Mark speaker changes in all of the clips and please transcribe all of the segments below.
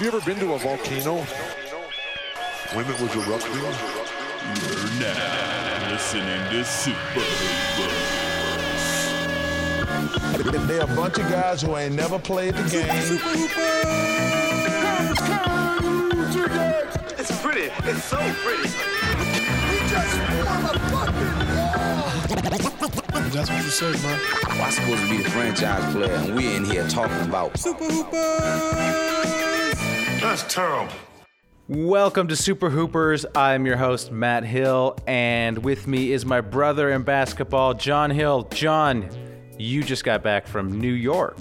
Speaker 1: you ever been to a volcano?
Speaker 2: When it was erupting?
Speaker 3: You're now listening to Super
Speaker 4: They're a bunch of guys who ain't never played the game.
Speaker 5: It's pretty. It's so pretty.
Speaker 6: I'm supposed to be the franchise player, and we're in here talking about
Speaker 7: Welcome to Super Hoopers. I'm your host, Matt Hill, and with me is my brother in basketball, John Hill. John, you just got back from New York.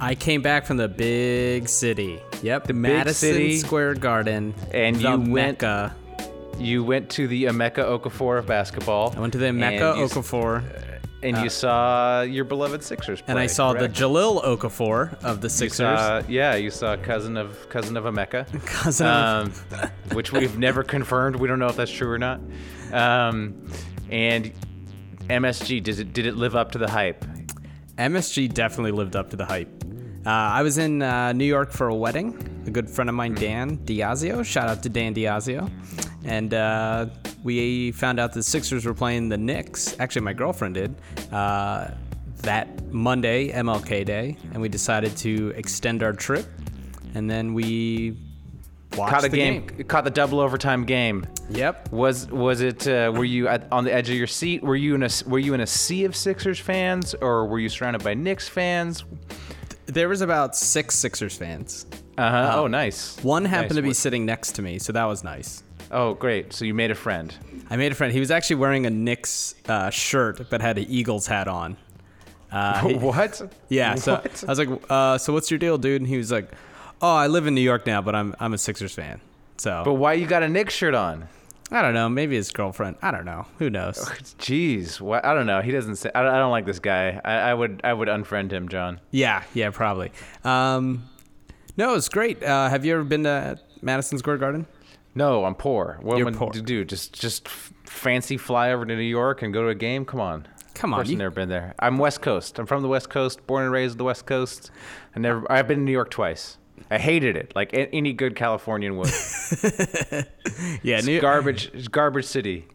Speaker 8: I came back from the big city. Yep, the
Speaker 7: big
Speaker 8: Madison
Speaker 7: city.
Speaker 8: Square Garden.
Speaker 7: And
Speaker 8: the
Speaker 7: you went-
Speaker 8: Mecca.
Speaker 7: You went to the Emeka Okafor of basketball.
Speaker 8: I went to the Mecca
Speaker 7: and you,
Speaker 8: Okafor, uh,
Speaker 7: And you saw your beloved Sixers play.
Speaker 8: and I saw
Speaker 7: correct?
Speaker 8: the Jalil Okafor of the
Speaker 7: You
Speaker 8: Sixers.
Speaker 7: saw- yeah, you saw cousin of cousin of Emeka.
Speaker 8: Cousin of-
Speaker 7: um, which we've never confirmed. We don't know if that's true or not. Um, and MSG, did it, did it live up to the hype?
Speaker 8: MSG definitely lived up to the hype. Uh, I was in uh, New York for a wedding. A good friend of mine, Dan Diazio. Shout out to Dan Diazio. And uh, we found out the Sixers were playing the Knicks. Actually, my girlfriend did. Uh, that Monday, MLK Day, and we decided to extend our trip. And then we watched
Speaker 7: Caught a
Speaker 8: the
Speaker 7: game, caught the double overtime game.
Speaker 8: Yep.
Speaker 7: Was was it? Uh, were you at, on the edge of your seat? Were you in a Were you in a sea of Sixers fans, or were you surrounded by Knicks fans?
Speaker 8: There was about six Sixers fans.
Speaker 7: Uh-huh. oh, nice.
Speaker 8: One happened
Speaker 7: Nice.
Speaker 8: to be sitting next to me, so that was nice.
Speaker 7: Oh, great. So you made a friend.
Speaker 8: I made a friend. He was actually wearing a Knicks uh, shirt, but had an Eagles hat on.
Speaker 7: what?
Speaker 8: Yeah. So I was like, uh, "So what's your deal, dude?" And he was like, "Oh, I live in New York now, but I'm I'm a Sixers fan." So
Speaker 7: But why you got a Knicks shirt on?
Speaker 8: I don't know. Maybe his girlfriend. I don't know. Who knows?
Speaker 7: Jeez, why, I don't know. He doesn't say. I, don't- I don't like this guy. I, I would. I would unfriend him, John.
Speaker 8: yeah. Yeah. Probably. Um, no, it's great. Uh, have you ever been to Madison Square Garden?
Speaker 7: No, I'm poor. What
Speaker 8: You're
Speaker 7: am I
Speaker 8: poor.
Speaker 7: to do? Just, just f- fancy fly over to New York and go to a game? Come on. Of
Speaker 8: Come on,
Speaker 7: course,
Speaker 8: you-
Speaker 7: I've never been there. I'm West Coast. I'm from the West Coast, born and raised on the West Coast. I never. I've been to New York twice. I hated it, like a- any good Californian would.
Speaker 8: Yeah. New-
Speaker 7: It's garbage. It's garbage city.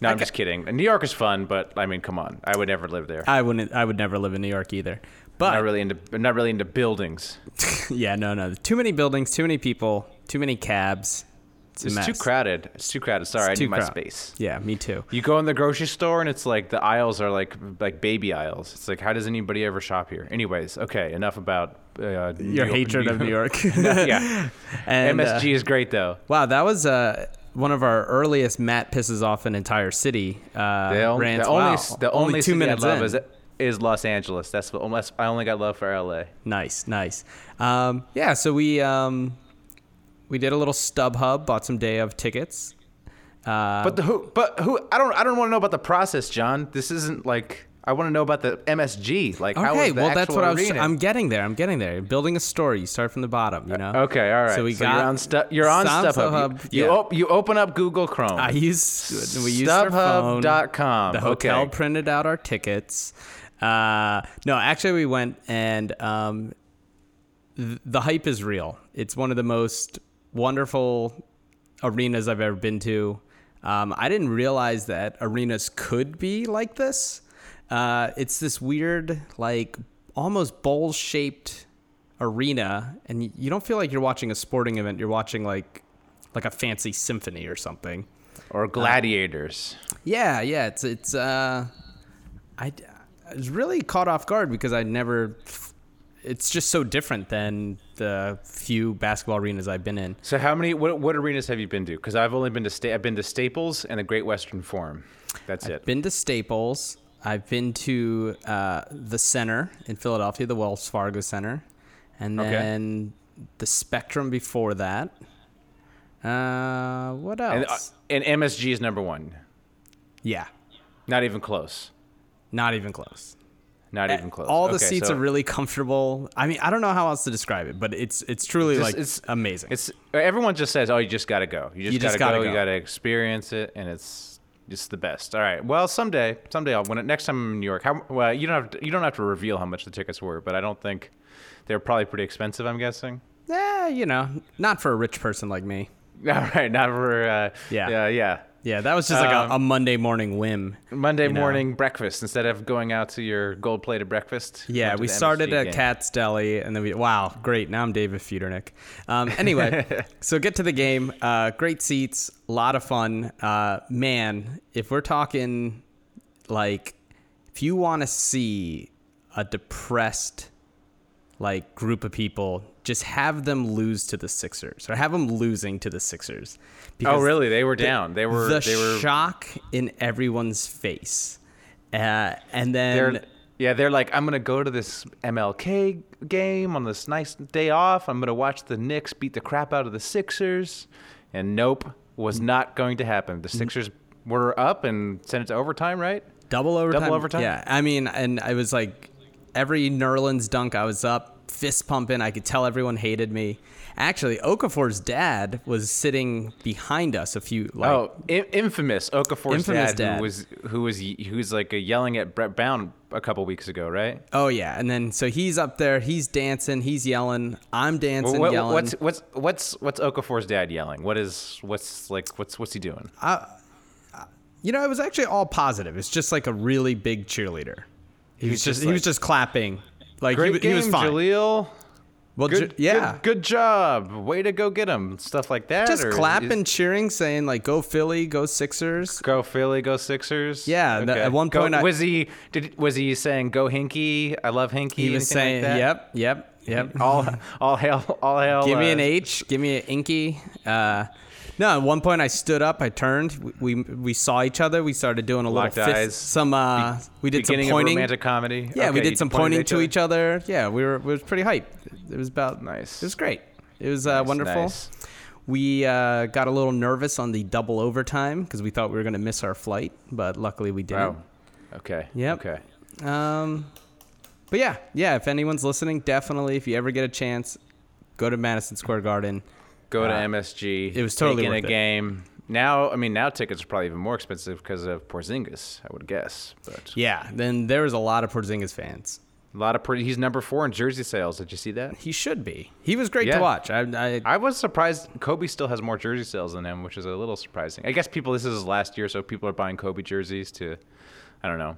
Speaker 7: No, I'm
Speaker 8: ca-
Speaker 7: just kidding. New York is fun, but I mean, come on. I would never live there.
Speaker 8: I wouldn't. I would never live in New York either. But
Speaker 7: I'm not really into. I'm not really into buildings.
Speaker 8: yeah, no, no. Too many buildings. Too many people. Too many cabs. It's, a
Speaker 7: It's too
Speaker 8: mess.
Speaker 7: crowded. It's too crowded. Sorry, I
Speaker 8: Too
Speaker 7: need my
Speaker 8: crowd-
Speaker 7: space.
Speaker 8: Yeah, me too.
Speaker 7: You go in the grocery store and it's like the aisles are like like baby aisles. It's like how does anybody ever shop here? Anyways, okay, enough about uh, New
Speaker 8: your
Speaker 7: York-
Speaker 8: hatred of New York.
Speaker 7: yeah,
Speaker 8: And, uh,
Speaker 7: MSG is great though.
Speaker 8: wow, that was uh, one of our earliest Matt pisses off an entire city. Uh,
Speaker 7: The, on-
Speaker 8: rants.
Speaker 7: the only
Speaker 8: Wow,
Speaker 7: s- the only,
Speaker 8: two
Speaker 7: city
Speaker 8: minutes
Speaker 7: I love
Speaker 8: in.
Speaker 7: is is Los Angeles. That's the unless I only got love for
Speaker 8: Um,
Speaker 7: LA.
Speaker 8: Nice, nice. Um, yeah, so we um, we did a little StubHub, bought some day of tickets.
Speaker 7: but the who but who I don't I don't want to know about the process, John. This isn't like I want to know about the MSG. Like how was
Speaker 8: Okay,
Speaker 7: the
Speaker 8: well that's
Speaker 7: actual
Speaker 8: what I was.
Speaker 7: arena? Uh,
Speaker 8: I'm getting there. I'm getting there. Building a story. You start from the bottom. You know.
Speaker 7: Okay, all right.
Speaker 8: So we got
Speaker 7: you're on stu- you're on
Speaker 8: Sound
Speaker 7: StubHub.
Speaker 8: StubHub,
Speaker 7: You, you,
Speaker 8: yeah.
Speaker 7: op- you open up Google Chrome.
Speaker 8: I use we used our phone.
Speaker 7: StubHub.com.
Speaker 8: The hotel
Speaker 7: Okay.
Speaker 8: printed out our tickets. Uh, no, actually, we went and um, th- the hype is real. It's one of the most wonderful arenas I've ever been to. Um, I didn't realize that arenas could be like this. Uh, it's this weird, like almost bowl shaped arena, and y- you don't feel like you're watching a sporting event. You're watching like like a fancy symphony or something.
Speaker 7: or gladiators.
Speaker 8: Yeah, yeah, it's it's uh, I, I was really caught off guard because I never. It's just so different than the few basketball arenas I've been in.
Speaker 7: So how many what, what arenas have you been to? Because I've only been to sta- I've been to Staples and the Great Western Forum. That's it.
Speaker 8: Been to Staples. I've been to uh, the Center in Philadelphia, the Wells Fargo Center, and
Speaker 7: Okay.
Speaker 8: then the Spectrum before that. Uh, what
Speaker 7: and, uh,
Speaker 8: else?
Speaker 7: and MSG is number one.
Speaker 8: yeah,
Speaker 7: Not even close.
Speaker 8: not even close.
Speaker 7: Not even close.
Speaker 8: All the
Speaker 7: Okay,
Speaker 8: seats
Speaker 7: so
Speaker 8: are really comfortable. I mean, I don't know how else to describe it, but it's it's truly
Speaker 7: just-
Speaker 8: like amazing.
Speaker 7: It's everyone just says, "Oh, you just gotta go. You just,
Speaker 8: You
Speaker 7: gotta,
Speaker 8: just
Speaker 7: go.
Speaker 8: gotta
Speaker 7: You
Speaker 8: go."
Speaker 7: gotta experience it, and it's just the best." All right. Well, someday, someday I'll when it, next time I'm in New York. How well you don't have to, you don't have to reveal how much the tickets were, but I don't think they're probably pretty expensive. I'm guessing.
Speaker 8: eh, you know, not for a rich person like me.
Speaker 7: All right, not for uh,
Speaker 8: Yeah.
Speaker 7: yeah, yeah.
Speaker 8: Yeah, that was just like
Speaker 7: Um,
Speaker 8: a, a Monday morning whim.
Speaker 7: Monday
Speaker 8: know.
Speaker 7: morning breakfast instead of going out to your gold-plated breakfast.
Speaker 8: Yeah,
Speaker 7: went to
Speaker 8: we
Speaker 7: the
Speaker 8: started
Speaker 7: MSG
Speaker 8: at
Speaker 7: game. Oh,
Speaker 8: Cat's Deli, and then we wow, great. Now I'm David Feudernick. Um, anyway, so get to the game. Uh, great seats, a lot of fun. Uh, man, if we're talking like, if you want to see a depressed like group of people, just have them lose to the Sixers or have them losing to the Sixers.
Speaker 7: Oh,
Speaker 8: Because
Speaker 7: really? They were down. They were.
Speaker 8: the
Speaker 7: they were.
Speaker 8: shock in everyone's face, uh, and then.
Speaker 7: they're, yeah, they're like, I'm gonna go to this MLK game on this nice day off. I'm gonna watch the Knicks beat the crap out of the Sixers, and nope,
Speaker 8: Mm.
Speaker 7: was not going to happen. The Sixers were up and sent it to overtime, right?
Speaker 8: Double overtime.
Speaker 7: overtime?
Speaker 8: Yeah. I mean, and I was like, every Nerlens dunk, I was up, fist pumping. I could tell everyone hated me. Actually, Okafor's dad was sitting behind us a few. Like,
Speaker 7: Oh, I- infamous Okafor's
Speaker 8: Infamous
Speaker 7: dad,
Speaker 8: dad.
Speaker 7: who was who was who was like uh, yelling at Brett Brown a couple weeks ago, right?
Speaker 8: oh yeah. And then so he's up there, he's dancing, he's yelling. I'm dancing,
Speaker 7: What-
Speaker 8: yelling.
Speaker 7: what's what's what's what's Okafor's dad yelling? What is what's like what's what's he doing?
Speaker 8: Uh, you know, it was actually all positive. It's just like a really big cheerleader. He, was just,
Speaker 7: just
Speaker 8: he
Speaker 7: like,
Speaker 8: was just clapping. Like he,
Speaker 7: Great
Speaker 8: wa-
Speaker 7: game,
Speaker 8: he was fine.
Speaker 7: Jaleel.
Speaker 8: Well,
Speaker 7: Good,
Speaker 8: Ju- yeah.
Speaker 7: Good, good job. Way to go get him. Stuff like that.
Speaker 8: Just
Speaker 7: or
Speaker 8: clapping,
Speaker 7: is-
Speaker 8: cheering, saying like "Go Philly, go Sixers."
Speaker 7: Go Philly, go Sixers.
Speaker 8: Yeah, the- at one
Speaker 7: Go-
Speaker 8: point I-
Speaker 7: was he did was he saying go Hinky? I love Hinky.
Speaker 8: He was
Speaker 7: anything like
Speaker 8: saying,
Speaker 7: that?
Speaker 8: "Yep, yep, yep."
Speaker 7: All all hail all hail.
Speaker 8: give me an
Speaker 7: uh,
Speaker 8: H. Give me an inky. Uh, no, at one point I stood up. I turned. We we, we saw each other. We started doing a
Speaker 7: Locked
Speaker 8: little fist,
Speaker 7: eyes.
Speaker 8: some. Uh, we did some
Speaker 7: Beginning of
Speaker 8: pointing.
Speaker 7: romantic comedy.
Speaker 8: yeah,
Speaker 7: Okay,
Speaker 8: we did
Speaker 7: you
Speaker 8: some
Speaker 7: pointed
Speaker 8: pointing to each other. Yeah, we were. It was pretty hype. It was about
Speaker 7: Nice.
Speaker 8: It was great. It was uh,
Speaker 7: Nice,
Speaker 8: wonderful.
Speaker 7: nice.
Speaker 8: We uh, got a little nervous on the double overtime because we thought we were going to miss our flight, but luckily we didn't.
Speaker 7: Wow. Okay.
Speaker 8: Yep.
Speaker 7: Okay.
Speaker 8: Um, but yeah, yeah. If anyone's listening, definitely, if you ever get a chance, go to Madison Square Garden.
Speaker 7: Go to
Speaker 8: Uh,
Speaker 7: MSG.
Speaker 8: it was totally
Speaker 7: take in
Speaker 8: worth
Speaker 7: a
Speaker 8: it.
Speaker 7: game. Now, I mean, now tickets are probably even more expensive because of Porzingis, I would guess. But
Speaker 8: Yeah, then there was a lot of Porzingis fans.
Speaker 7: a lot of pretty. He's number four in jersey sales. Did you see that?
Speaker 8: He should be. He was great
Speaker 7: Yeah.
Speaker 8: to watch. I, I,
Speaker 7: I was surprised Kobe still has more jersey sales than him, which is a little surprising. I guess people this is his last year, so people are buying Kobe jerseys to I don't know,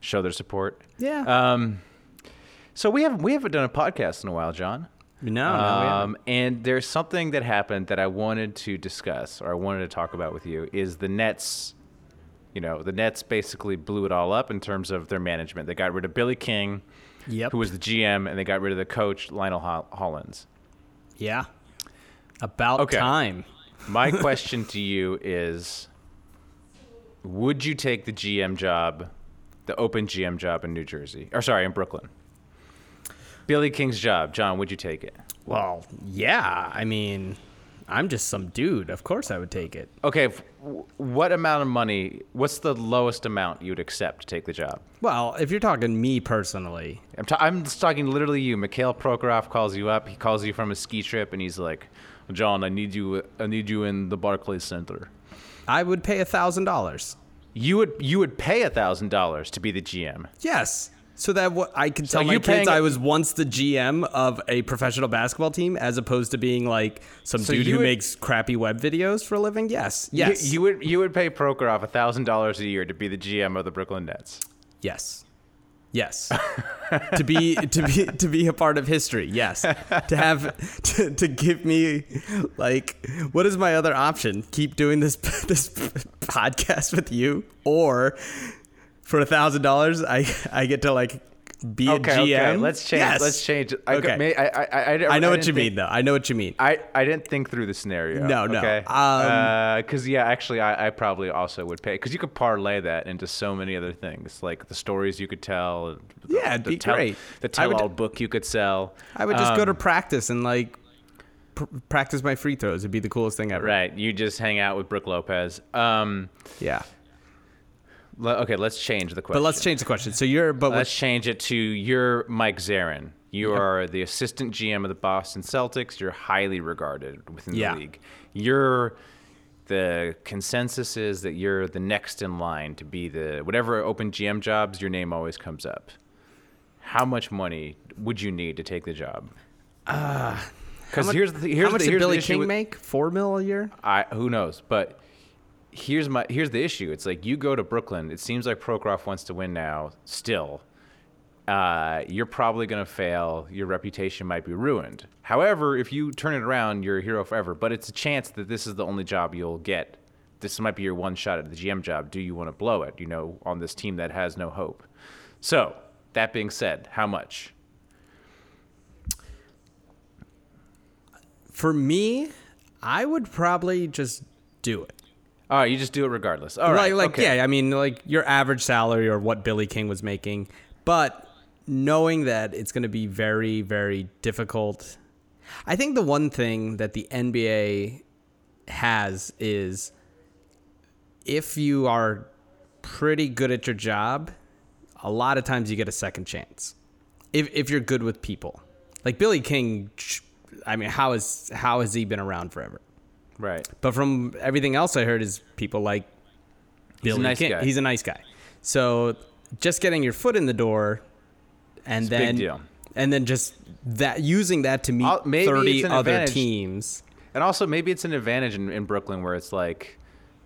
Speaker 7: show their support.
Speaker 8: yeah.
Speaker 7: Um so we haven't we haven't done a podcast in a while, John.
Speaker 8: no, Oh, no. we haven't.
Speaker 7: Um, and there's something that happened that I wanted to discuss or I wanted to talk about with you is the Nets. You know, the Nets basically blew it all up in terms of their management. They got rid of Billy King,
Speaker 8: Yep.
Speaker 7: who was the GM, and they got rid of the coach Lionel Hol- Hollins.
Speaker 8: yeah. About
Speaker 7: Okay.
Speaker 8: time.
Speaker 7: My question to you is Would you take the GM job, the open GM job in New Jersey? Or sorry, in Brooklyn? Billy King's job, John, would you take it?
Speaker 8: Well, yeah. I mean, I'm just some dude. Of course, I would take it.
Speaker 7: Okay, f- w- what amount of money, what's the lowest amount you would accept to take the job?
Speaker 8: Well, if you're talking me personally,
Speaker 7: I'm, ta- I'm just talking literally you. Mikhail Prokhorov calls you up. He calls you from a ski trip and he's like, John, I need you, I need you in the Barclays Center.
Speaker 8: I would pay a thousand dollars.
Speaker 7: You would, you would pay $1,000 to be the GM.
Speaker 8: Yes. So that wha- I could tell
Speaker 7: you
Speaker 8: my kids
Speaker 7: paying-
Speaker 8: I was once the GM of a professional basketball team, as opposed to being like some
Speaker 7: So
Speaker 8: dude
Speaker 7: you
Speaker 8: who
Speaker 7: would-
Speaker 8: makes crappy web videos for a living. Yes,
Speaker 7: You-
Speaker 8: yes,
Speaker 7: You, would you would pay Prokhorov thousand dollars a year to be the GM of the Brooklyn Nets.
Speaker 8: yes, yes. to be to be to be a part of history. Yes, to have to, to give me like what is my other option? Keep doing this this podcast with you, or for a thousand dollars, I I get to like be a
Speaker 7: Okay,
Speaker 8: GM.
Speaker 7: okay. Let's change.
Speaker 8: Yes.
Speaker 7: Let's change. it. I,
Speaker 8: Okay.
Speaker 7: okay. May, I, I, I,
Speaker 8: I know what
Speaker 7: didn't
Speaker 8: you
Speaker 7: think-
Speaker 8: mean, though. I know what you mean.
Speaker 7: I, I didn't think through the scenario.
Speaker 8: No, no.
Speaker 7: Okay.
Speaker 8: Um,
Speaker 7: Because yeah, actually, I, I probably also would pay because you could parlay that into so many other things, like the stories you could tell. The,
Speaker 8: Yeah, it'd
Speaker 7: the
Speaker 8: be
Speaker 7: tell,
Speaker 8: great.
Speaker 7: The
Speaker 8: I would-
Speaker 7: tell-all book you could sell.
Speaker 8: I would just go
Speaker 7: Um,
Speaker 8: to practice and like pr- practice my free throws. It'd be the coolest thing ever.
Speaker 7: right. You just hang out with Brooke Lopez. Um.
Speaker 8: Yeah.
Speaker 7: le- okay. Let's change the question.
Speaker 8: But let's change the question. So you're but
Speaker 7: Let's
Speaker 8: with,
Speaker 7: change it to you're Mike Zarin. You are the assistant GM of the Boston Celtics. You're highly regarded within
Speaker 8: Yeah.
Speaker 7: the league. You're the consensus is that you're the next in line to be the whatever open GM jobs your name always comes up. How much money would you need to take the job? Because
Speaker 8: Uh, much-
Speaker 7: here's the here's
Speaker 8: how much
Speaker 7: the,
Speaker 8: did
Speaker 7: here's
Speaker 8: Billy
Speaker 7: the issue
Speaker 8: King
Speaker 7: with-
Speaker 8: make? Four mil a year?
Speaker 7: I who knows, but here's my here's the issue. It's like you go to Brooklyn. It seems like Prokrof wants to win now. Still, uh, you're probably going to fail. Your reputation might be ruined. However, if you turn it around, you're a hero forever. But it's a chance that this is the only job you'll get. This might be your one shot at the GM job. Do you want to blow it? You know, on this team that has no hope. So that being said, how much?
Speaker 8: For me, I would probably just do it.
Speaker 7: All right, you just do it regardless. All right,
Speaker 8: like, like
Speaker 7: okay.
Speaker 8: yeah, I mean, like your average salary or what Billy King was making, but knowing that it's going to be very, very difficult. I think the one thing that the NBA has is if you are pretty good at your job, a lot of times you get a second chance. If if you're good with people, like Billy King, I mean, how is how has he been around forever?
Speaker 7: right.
Speaker 8: But from everything else I heard is people like Billy
Speaker 7: a nice
Speaker 8: King.
Speaker 7: guy.
Speaker 8: He's a nice guy. So just getting your foot in the door and
Speaker 7: a big
Speaker 8: then
Speaker 7: deal.
Speaker 8: and then just that using that to meet
Speaker 7: I'll- maybe it's
Speaker 8: 30
Speaker 7: an
Speaker 8: other
Speaker 7: advantage.
Speaker 8: teams.
Speaker 7: And also, maybe it's an advantage in, in Brooklyn where it's like,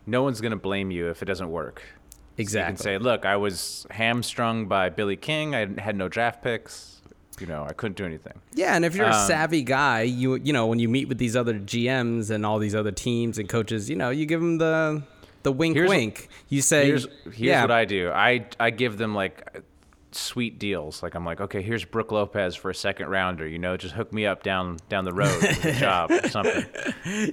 Speaker 7: no one's going to blame you if it doesn't work. You can
Speaker 8: Exactly.
Speaker 7: say, look, I was hamstrung by Billy King. I had no draft picks. You know, I couldn't do anything.
Speaker 8: yeah, and if you're a
Speaker 7: um,
Speaker 8: savvy guy, you you know, when you meet with these other GMs and all these other teams and coaches, you know, you give them the the wink
Speaker 7: Here's-
Speaker 8: wink. You say
Speaker 7: Here's, here's
Speaker 8: yeah,
Speaker 7: what I do I, I give them like sweet deals. Like, I'm like, okay, here's Brooke Lopez for a second rounder. You know, just hook me up down down the road with a job or something.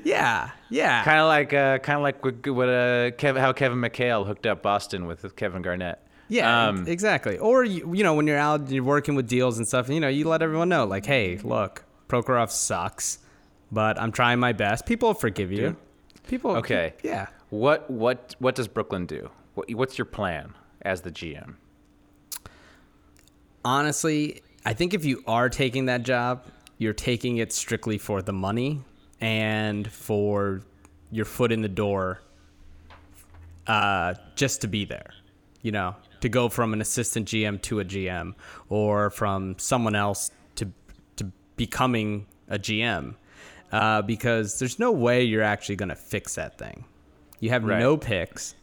Speaker 8: Yeah. Yeah.
Speaker 7: Kind of like, uh, kind of like what, what uh, Kev, how Kevin McHale hooked up Boston with Kevin Garnett.
Speaker 8: Yeah,
Speaker 7: Um,
Speaker 8: exactly. Or you, you know, when you're out, and you're working with deals and stuff. You know, you let everyone know, like, hey, look, Prokhorov sucks, but I'm trying my best. People will forgive you. People.
Speaker 7: Okay.
Speaker 8: Yeah.
Speaker 7: What what what does Brooklyn do? What, what's your plan as the GM?
Speaker 8: Honestly, I think if you are taking that job, you're taking it strictly for the money and for your foot in the door, uh, just to be there. You know, to go from an assistant GM to a GM, or from someone else to to becoming a GM, uh, because there's no way you're actually going to fix that thing. You have
Speaker 7: Right.
Speaker 8: no picks,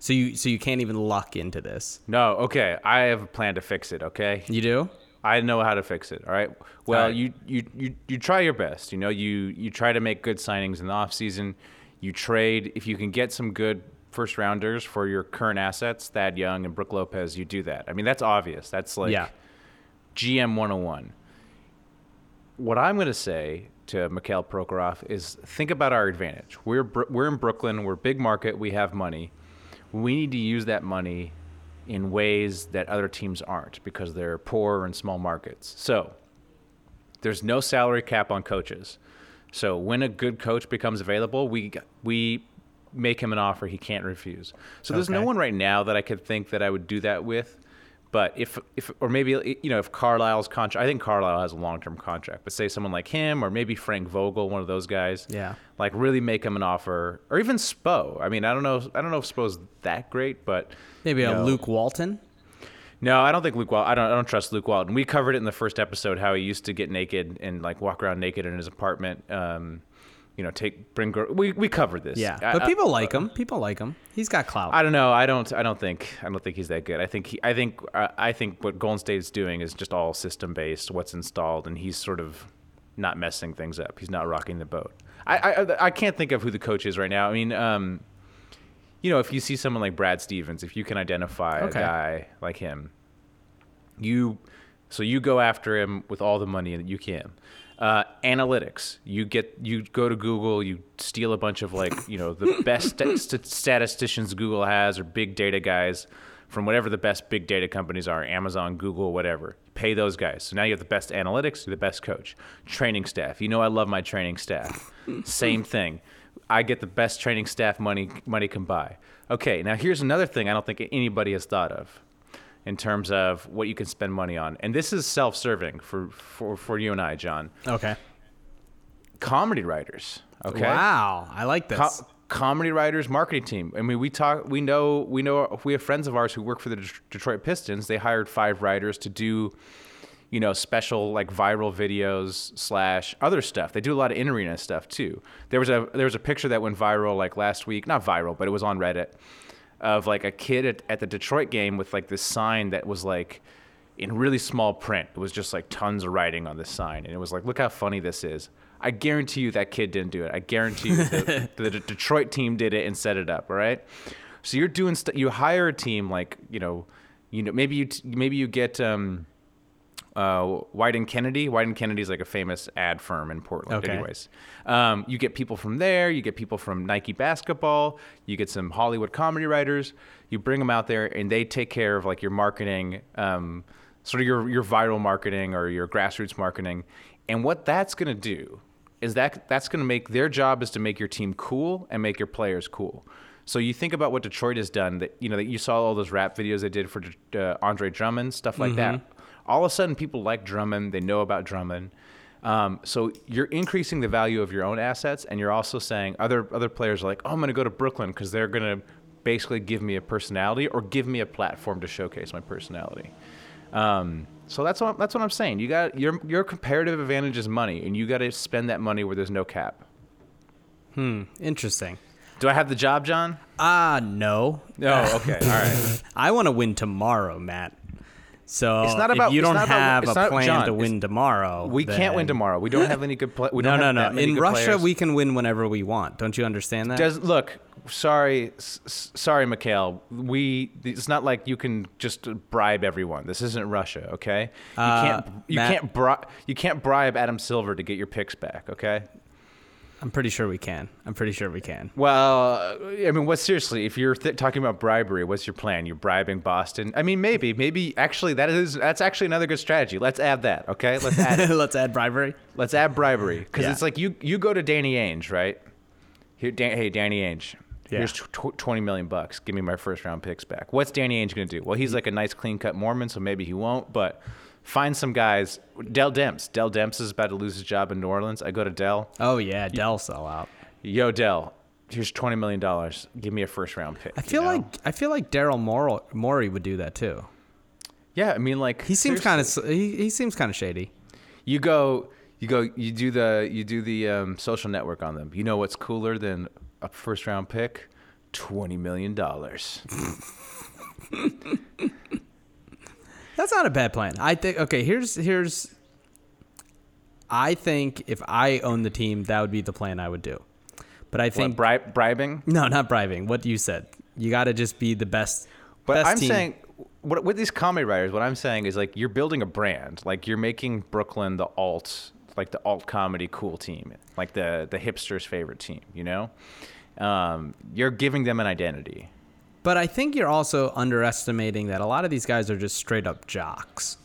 Speaker 8: so you so you can't even luck into this.
Speaker 7: No, okay, I have a plan to fix it. Okay,
Speaker 8: You do.
Speaker 7: I know how to fix it. All right. Well,
Speaker 8: right.
Speaker 7: You, you you you try your best. You know, you you try to make good signings in the off season. You trade if you can get some good first rounders for your current assets, Thad Young and Brooke Lopez. You do that. I mean, that's obvious. That's like
Speaker 8: yeah.
Speaker 7: GM 101. What I'm going to say to Mikhail Prokhorov is think about our advantage. We're, Bro- we're in Brooklyn, we're a big market, we have money. We need to use that money in ways that other teams aren't because they're poor and small markets. So there's no salary cap on coaches. So when a good coach becomes available, we we make him an offer he can't refuse. So there's no
Speaker 8: Okay.
Speaker 7: one right now that I could think that I would do that with. But if if or maybe you know if Carlisle's contract, I think Carlisle has a long term contract. But say someone like him or maybe Frank Vogel, one of those guys.
Speaker 8: Yeah.
Speaker 7: Like really make him an offer, or even Spo. I mean, I don't know. I don't know if Spo's that great, but
Speaker 8: Maybe
Speaker 7: you
Speaker 8: a
Speaker 7: know.
Speaker 8: Luke Walton.
Speaker 7: No, I don't think Luke. Wal- I don't. I don't trust Luke Walton. We covered it in the first episode how he used to get naked and like walk around naked in his apartment. Um, you know, take bring. Girl- we we covered this.
Speaker 8: Yeah,
Speaker 7: I-
Speaker 8: but
Speaker 7: I-
Speaker 8: people like him. People like him. He's got clout.
Speaker 7: I don't know. I don't. I don't think. I don't think he's that good. I think. He, I think. I I think what Golden State's doing is just all system based. What's installed, and he's sort of not messing things up. He's not rocking the boat. I. I, I can't think of who the coach is right now. I mean, um, you know, if you see someone like Brad Stevens, if you can identify
Speaker 8: Okay.
Speaker 7: a guy like him, you. So you go after him with all the money that you can. Uh, analytics. You get. You go to Google. You steal a bunch of like you know the best st- st- statisticians Google has or big data guys from whatever the best big data companies are, Amazon, Google, whatever. Pay those guys. So now you have the best analytics. You're the best coach. Training staff. You know I love my training staff. Same thing. I get the best training staff money money can buy. Okay. Now here's another thing I don't think anybody has thought of in terms of what you can spend money on. And this is self-serving for for, for you and I, John.
Speaker 8: okay.
Speaker 7: Comedy writers. Okay.
Speaker 8: Wow, I like this.
Speaker 7: Co- comedy writers marketing team. I mean, we talk. We know. We know. We have friends of ours who work for the Det- Detroit Pistons. They hired five writers to do, you know, special like viral videos slash other stuff. They do a lot of in arena stuff too. There was a there was a picture that went viral like last week, not viral, but it was on Reddit of like a kid at, at the Detroit game with like this sign that was like in really small print. It was just like tons of writing on this sign, and it was like, look how funny this is. I guarantee you that kid didn't do it. I guarantee you that the, the Detroit team did it and set it up. All right. So you're doing st- you hire a team like you know, you know maybe you t- maybe you get um, uh, Wyden Kennedy. Wyden Kennedy's like a famous ad firm in Portland.
Speaker 8: Okay.
Speaker 7: Anyways, um, you get people from there. You get people from Nike basketball. You get some Hollywood comedy writers. You bring them out there, and they take care of like your marketing, um, sort of your your viral marketing or your grassroots marketing. And what that's gonna do is that that's gonna make their job is to make your team cool and make your players cool. So you think about what Detroit has done. That you know that you saw all those rap videos they did for uh, Andre Drummond, stuff like that. All of a sudden, people like Drummond. They know about Drummond. Um, so you're increasing the value of your own assets, and you're also saying other other players are like, "Oh, I'm going to go to Brooklyn because they're going to basically give me a personality or give me a platform to showcase my personality." Um, so that's what that's what I'm saying. You got your your comparative advantage is money, and you got to spend that money where there's no cap.
Speaker 8: Interesting.
Speaker 7: Do I have the job, John?
Speaker 8: Ah, no.
Speaker 7: Oh, okay, all right.
Speaker 8: I want to win tomorrow, Matt. So
Speaker 7: It's not about-
Speaker 8: if you
Speaker 7: it's
Speaker 8: don't
Speaker 7: not about-
Speaker 8: have
Speaker 7: it's
Speaker 8: a
Speaker 7: not-
Speaker 8: plan
Speaker 7: John,
Speaker 8: to
Speaker 7: it's-
Speaker 8: win tomorrow,
Speaker 7: We can't win
Speaker 8: then-
Speaker 7: tomorrow. We don't have any good play. We
Speaker 8: No,
Speaker 7: don't
Speaker 8: no,
Speaker 7: have
Speaker 8: no.
Speaker 7: that many
Speaker 8: In
Speaker 7: good
Speaker 8: Russia,
Speaker 7: players.
Speaker 8: we can win whenever we want. Don't you understand that?
Speaker 7: Does, look, sorry, s- s- sorry, Mikhail. We it's not like you can just bribe everyone. This isn't Russia, okay? You
Speaker 8: Uh,
Speaker 7: can't you
Speaker 8: Matt-
Speaker 7: can't bribe you can't bribe Adam Silver to get your picks back, okay?
Speaker 8: I'm pretty sure we can. I'm pretty sure we can.
Speaker 7: Well, I mean, what seriously? If you're th- talking about bribery, what's your plan? You're bribing Boston? I mean, maybe, maybe actually that is that's actually another good strategy. Let's add that, okay? Let's add it.
Speaker 8: Let's add bribery.
Speaker 7: Let's add bribery because
Speaker 8: Yeah.
Speaker 7: it's like you you go to Danny Ainge, right? Here, Dan, hey, Danny Ainge.
Speaker 8: Yeah.
Speaker 7: Here's tw- twenty million bucks. Give me my first round picks back. What's Danny Ainge going to do? Well, he's like a nice, clean cut Mormon, so maybe he won't. But find some guys. Dell Demps. Dell Demps is about to lose his job in New Orleans. I go to Dell.
Speaker 8: Oh yeah, Dell sell out.
Speaker 7: Yo, Dell. Here's twenty million dollars. Give me a first round pick.
Speaker 8: I feel like I feel like Daryl Morey, Morey would do that too.
Speaker 7: yeah. I mean, like
Speaker 8: He seems kind of he, he seems kind of shady.
Speaker 7: You go, you go, you do the, you do the um, social network on them. You know what's cooler than a first round pick? Twenty million dollars.
Speaker 8: That's not a bad plan. I think okay, here's here's I think if I owned the team, that would be the plan I would do. But I think
Speaker 7: bri- bribing.
Speaker 8: no, not bribing. What you said. You got to just be the best.
Speaker 7: But
Speaker 8: best
Speaker 7: I'm
Speaker 8: team.
Speaker 7: saying, what, with these comedy writers, what I'm saying is like you're building a brand. Like you're making Brooklyn the alt, like the alt comedy cool team, like the the hipsters' favorite team. You know, um, you're giving them an identity.
Speaker 8: But I think you're also underestimating that a lot of these guys are just straight up jocks.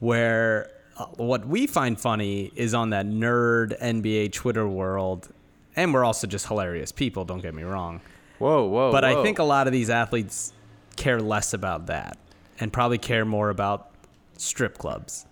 Speaker 8: Where uh, what we find funny is on that nerd NBA Twitter world, and we're also just hilarious people, don't get me wrong.
Speaker 7: Whoa, whoa.
Speaker 8: But I
Speaker 7: Oh, whoa.
Speaker 8: think a lot of these athletes care less about that and probably care more about strip clubs.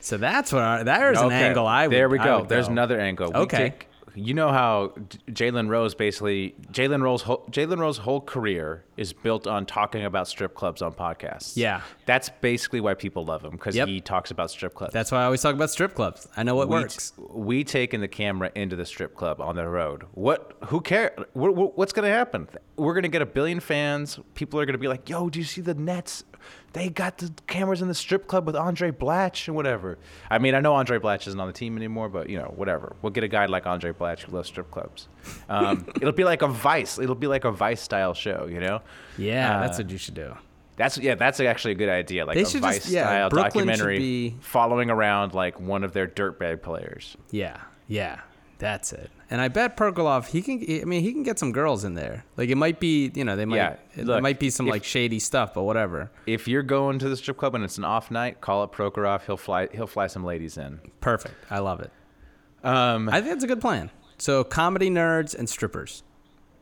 Speaker 8: So that's what I, there's an
Speaker 7: Okay,
Speaker 8: angle I would
Speaker 7: There we
Speaker 8: I
Speaker 7: go.
Speaker 8: would
Speaker 7: There's another angle. We
Speaker 8: Okay.
Speaker 7: take- you know how J- Jalen Rose basically Jalen Rose whole- Jalen Rose's whole career is built on talking about strip clubs on podcasts.
Speaker 8: Yeah.
Speaker 7: that's basically why people love him because
Speaker 8: Yep.
Speaker 7: he talks about strip clubs.
Speaker 8: That's why I always talk about strip clubs. I know what
Speaker 7: we,
Speaker 8: works.
Speaker 7: We taking the camera into the strip club on the road. What? Who cares? What, what- what's going to happen? We're going to get a billion fans. People are going to be like, "Yo, do you see the Nets? They got the cameras in the strip club with Andre Blatch and whatever." I mean, I know Andre Blatch isn't on the team anymore, but you know, whatever. We'll get a guy like Andre Blatch who loves strip clubs. Um, it'll be like a Vice. It'll be like a Vice style show. You know?
Speaker 8: yeah,
Speaker 7: Uh,
Speaker 8: that's what you should do.
Speaker 7: That's yeah. That's actually a good idea. Like
Speaker 8: They
Speaker 7: a
Speaker 8: should just-
Speaker 7: Vice
Speaker 8: yeah,
Speaker 7: style
Speaker 8: Brooklyn should
Speaker 7: documentary,
Speaker 8: be-
Speaker 7: following around like one of their dirtbag players.
Speaker 8: Yeah, yeah, that's it. And I bet Pergolov, he can. I mean, he can get some girls in there. Like it might be, you know, they might.
Speaker 7: Yeah,
Speaker 8: it
Speaker 7: look,
Speaker 8: might be some
Speaker 7: if-
Speaker 8: like shady stuff, but whatever.
Speaker 7: if you're going to the strip club and it's an off night, call up Prokhorov. He'll fly. He'll fly some ladies in.
Speaker 8: Perfect. I love it.
Speaker 7: Um,
Speaker 8: I think it's a good plan. So comedy nerds and strippers.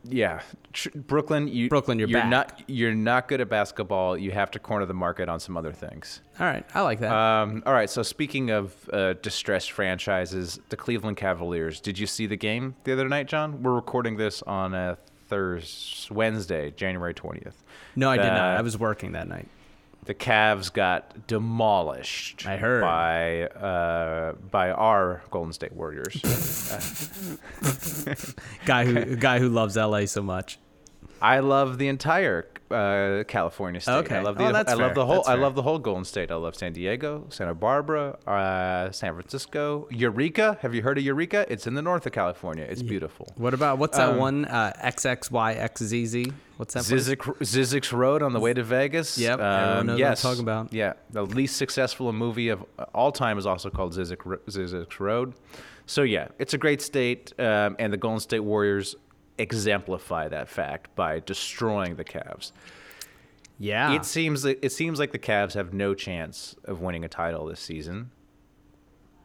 Speaker 7: yeah, Tr- Brooklyn. You,
Speaker 8: Brooklyn, you're back.
Speaker 7: not. You're not good at basketball. You have to corner the market on some other things.
Speaker 8: All right, I like that.
Speaker 7: Um, all right. So speaking of uh, distressed franchises, the Cleveland Cavaliers. Did you see the game the other night, John? We're recording this on a Thursday, Wednesday, January twentieth.
Speaker 8: no, I did not.
Speaker 7: uh,
Speaker 8: I was working that night.
Speaker 7: the Cavs got demolished.
Speaker 8: I heard.
Speaker 7: by uh, by our Golden State Warriors.
Speaker 8: guy who guy who loves LA so much.
Speaker 7: I love the entire uh, California state. I
Speaker 8: Okay.
Speaker 7: love
Speaker 8: Oh,
Speaker 7: the
Speaker 8: that's
Speaker 7: I love
Speaker 8: fair.
Speaker 7: the whole
Speaker 8: That's
Speaker 7: I
Speaker 8: fair.
Speaker 7: love the whole Golden State. I love San Diego, Santa Barbara, uh, San Francisco, Eureka. Have you heard of Eureka? It's in the north of California. It's beautiful.
Speaker 8: What about what's that one uh, XXYXZZ? What's that? place?
Speaker 7: Zizek, Zizek's Road on the way to Vegas. Um,
Speaker 8: Yep, everyone knows what I'm talking about.
Speaker 7: Yeah, the least successful movie of all time is also called Zizek, Ro- Zizek's Road. So yeah, it's a great state, um, and the Golden State Warriors exemplify that fact by destroying the Cavs.
Speaker 8: Yeah.
Speaker 7: It seems that- it seems like the Cavs have no chance of winning a title this season.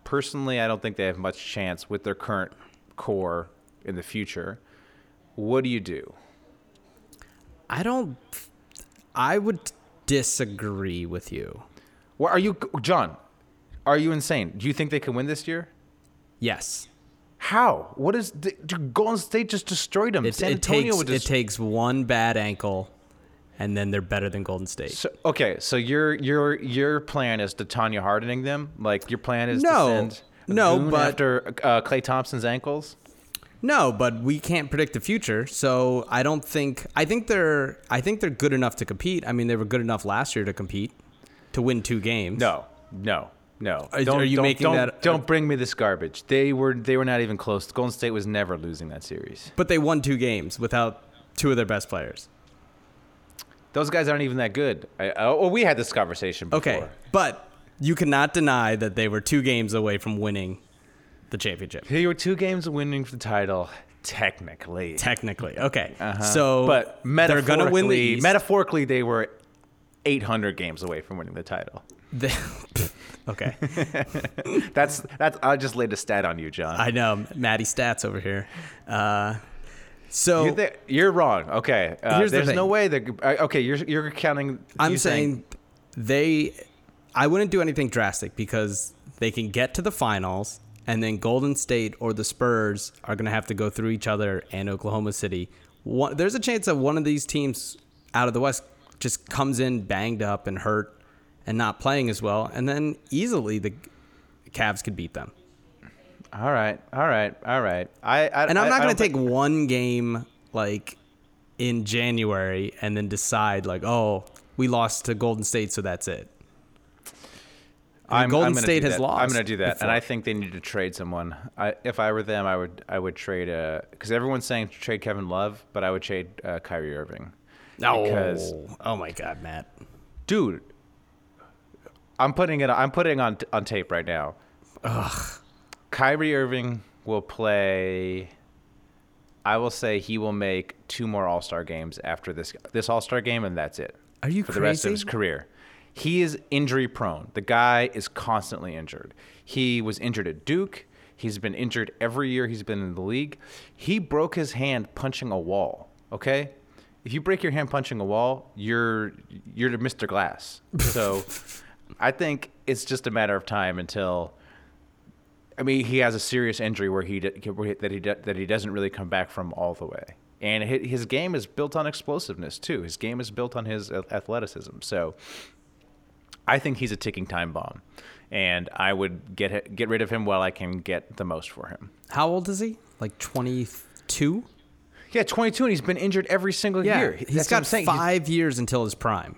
Speaker 7: Personally, I don't think they have much chance with their current core in the future. What do you do?
Speaker 8: I don't. I would disagree with you.
Speaker 7: What are you, John? Are you insane? Do you think they can win this year?
Speaker 8: Yes.
Speaker 7: How? What is? The, dude, Golden State just destroyed them.
Speaker 8: It,
Speaker 7: San
Speaker 8: it
Speaker 7: Antonio
Speaker 8: takes
Speaker 7: would
Speaker 8: it
Speaker 7: just.
Speaker 8: takes one bad ankle, and then they're better than Golden State.
Speaker 7: so, okay, so your your your plan is to Tanya hardening them. Like your plan is
Speaker 8: No.
Speaker 7: to send
Speaker 8: No,
Speaker 7: Boone
Speaker 8: but-
Speaker 7: after uh, Clay Thompson's ankles.
Speaker 8: No, but we can't predict the future, so I don't think I think they're I think they're good enough to compete. I mean, they were good enough last year to compete, to win two games.
Speaker 7: No, no, no.
Speaker 8: Are- are you making
Speaker 7: don't,
Speaker 8: that-
Speaker 7: Don't bring me this garbage. They were they were not even close. Golden State was never losing that series.
Speaker 8: but they won two games without two of their best players.
Speaker 7: Those guys aren't even that good. I, oh, well, we had this conversation. before.
Speaker 8: Okay, but you cannot deny that they were two games away from winning the championship.
Speaker 7: They were two games winning for the title, technically.
Speaker 8: Technically, okay. So,
Speaker 7: Uh-huh. but
Speaker 8: oh, they're
Speaker 7: metaphorically,
Speaker 8: going to win the East.
Speaker 7: metaphorically, they were 800 games away from winning the title.
Speaker 8: They- okay,
Speaker 7: That's that's. I just laid a stat on you, John.
Speaker 8: I know Maddie Stats over here. Uh, so
Speaker 7: you thi- you're wrong. Okay, uh,
Speaker 8: Here's the
Speaker 7: there's no
Speaker 8: thing.
Speaker 7: way that. uh, Okay, you're you're counting.
Speaker 8: I'm
Speaker 7: you
Speaker 8: saying they. I wouldn't do anything drastic because they can get to the finals, and then Golden State or the Spurs are going to have to go through each other and Oklahoma City. One, there's a chance that one of these teams out of the West just comes in banged up and hurt and not playing as well, and then easily the Cavs could beat them.
Speaker 7: All right, all right, all right. I, I
Speaker 8: And I'm
Speaker 7: I-
Speaker 8: not
Speaker 7: I don't
Speaker 8: going to take
Speaker 7: thi-
Speaker 8: one game like in January and then decide like, oh, we lost to Golden State, so that's it. I mean,
Speaker 7: I'm-
Speaker 8: Golden
Speaker 7: I'm gonna
Speaker 8: State
Speaker 7: do
Speaker 8: has
Speaker 7: that.
Speaker 8: lost.
Speaker 7: I'm going to do that,
Speaker 8: before.
Speaker 7: and I think they need to trade someone. I, if I were them, I would I would trade a because everyone's saying trade Kevin Love, but I would trade uh, Kyrie Irving.
Speaker 8: No.
Speaker 7: because-
Speaker 8: oh my God, Matt.
Speaker 7: dude. I'm putting it. I'm putting on on tape right now. Ugh. Kyrie Irving will play. I will say he will make two more All Star games after this this All Star game, and that's it.
Speaker 8: Are you
Speaker 7: for the rest of his
Speaker 8: crazy?
Speaker 7: career? He is injury prone. The guy is constantly injured. He was injured at Duke. He's been injured every year he's been in the league. He broke his hand punching a wall. Okay, if you break your hand punching a wall, you're you're Mr. Glass. So, I think it's just a matter of time until I mean, he has a serious injury where he d- where he- that he d- that he doesn't really come back from all the way, and hi- his game is built on explosiveness too. His game is built on his ath- athleticism. So, I think he's a ticking time bomb, and I would get hi- get rid of him while I can get the most for him.
Speaker 8: How old is he? Like 22?
Speaker 7: Yeah, 22, and he's been injured every single year. He-
Speaker 8: He's
Speaker 7: that's what I'm
Speaker 8: got
Speaker 7: saying. He's-
Speaker 8: five years until his prime.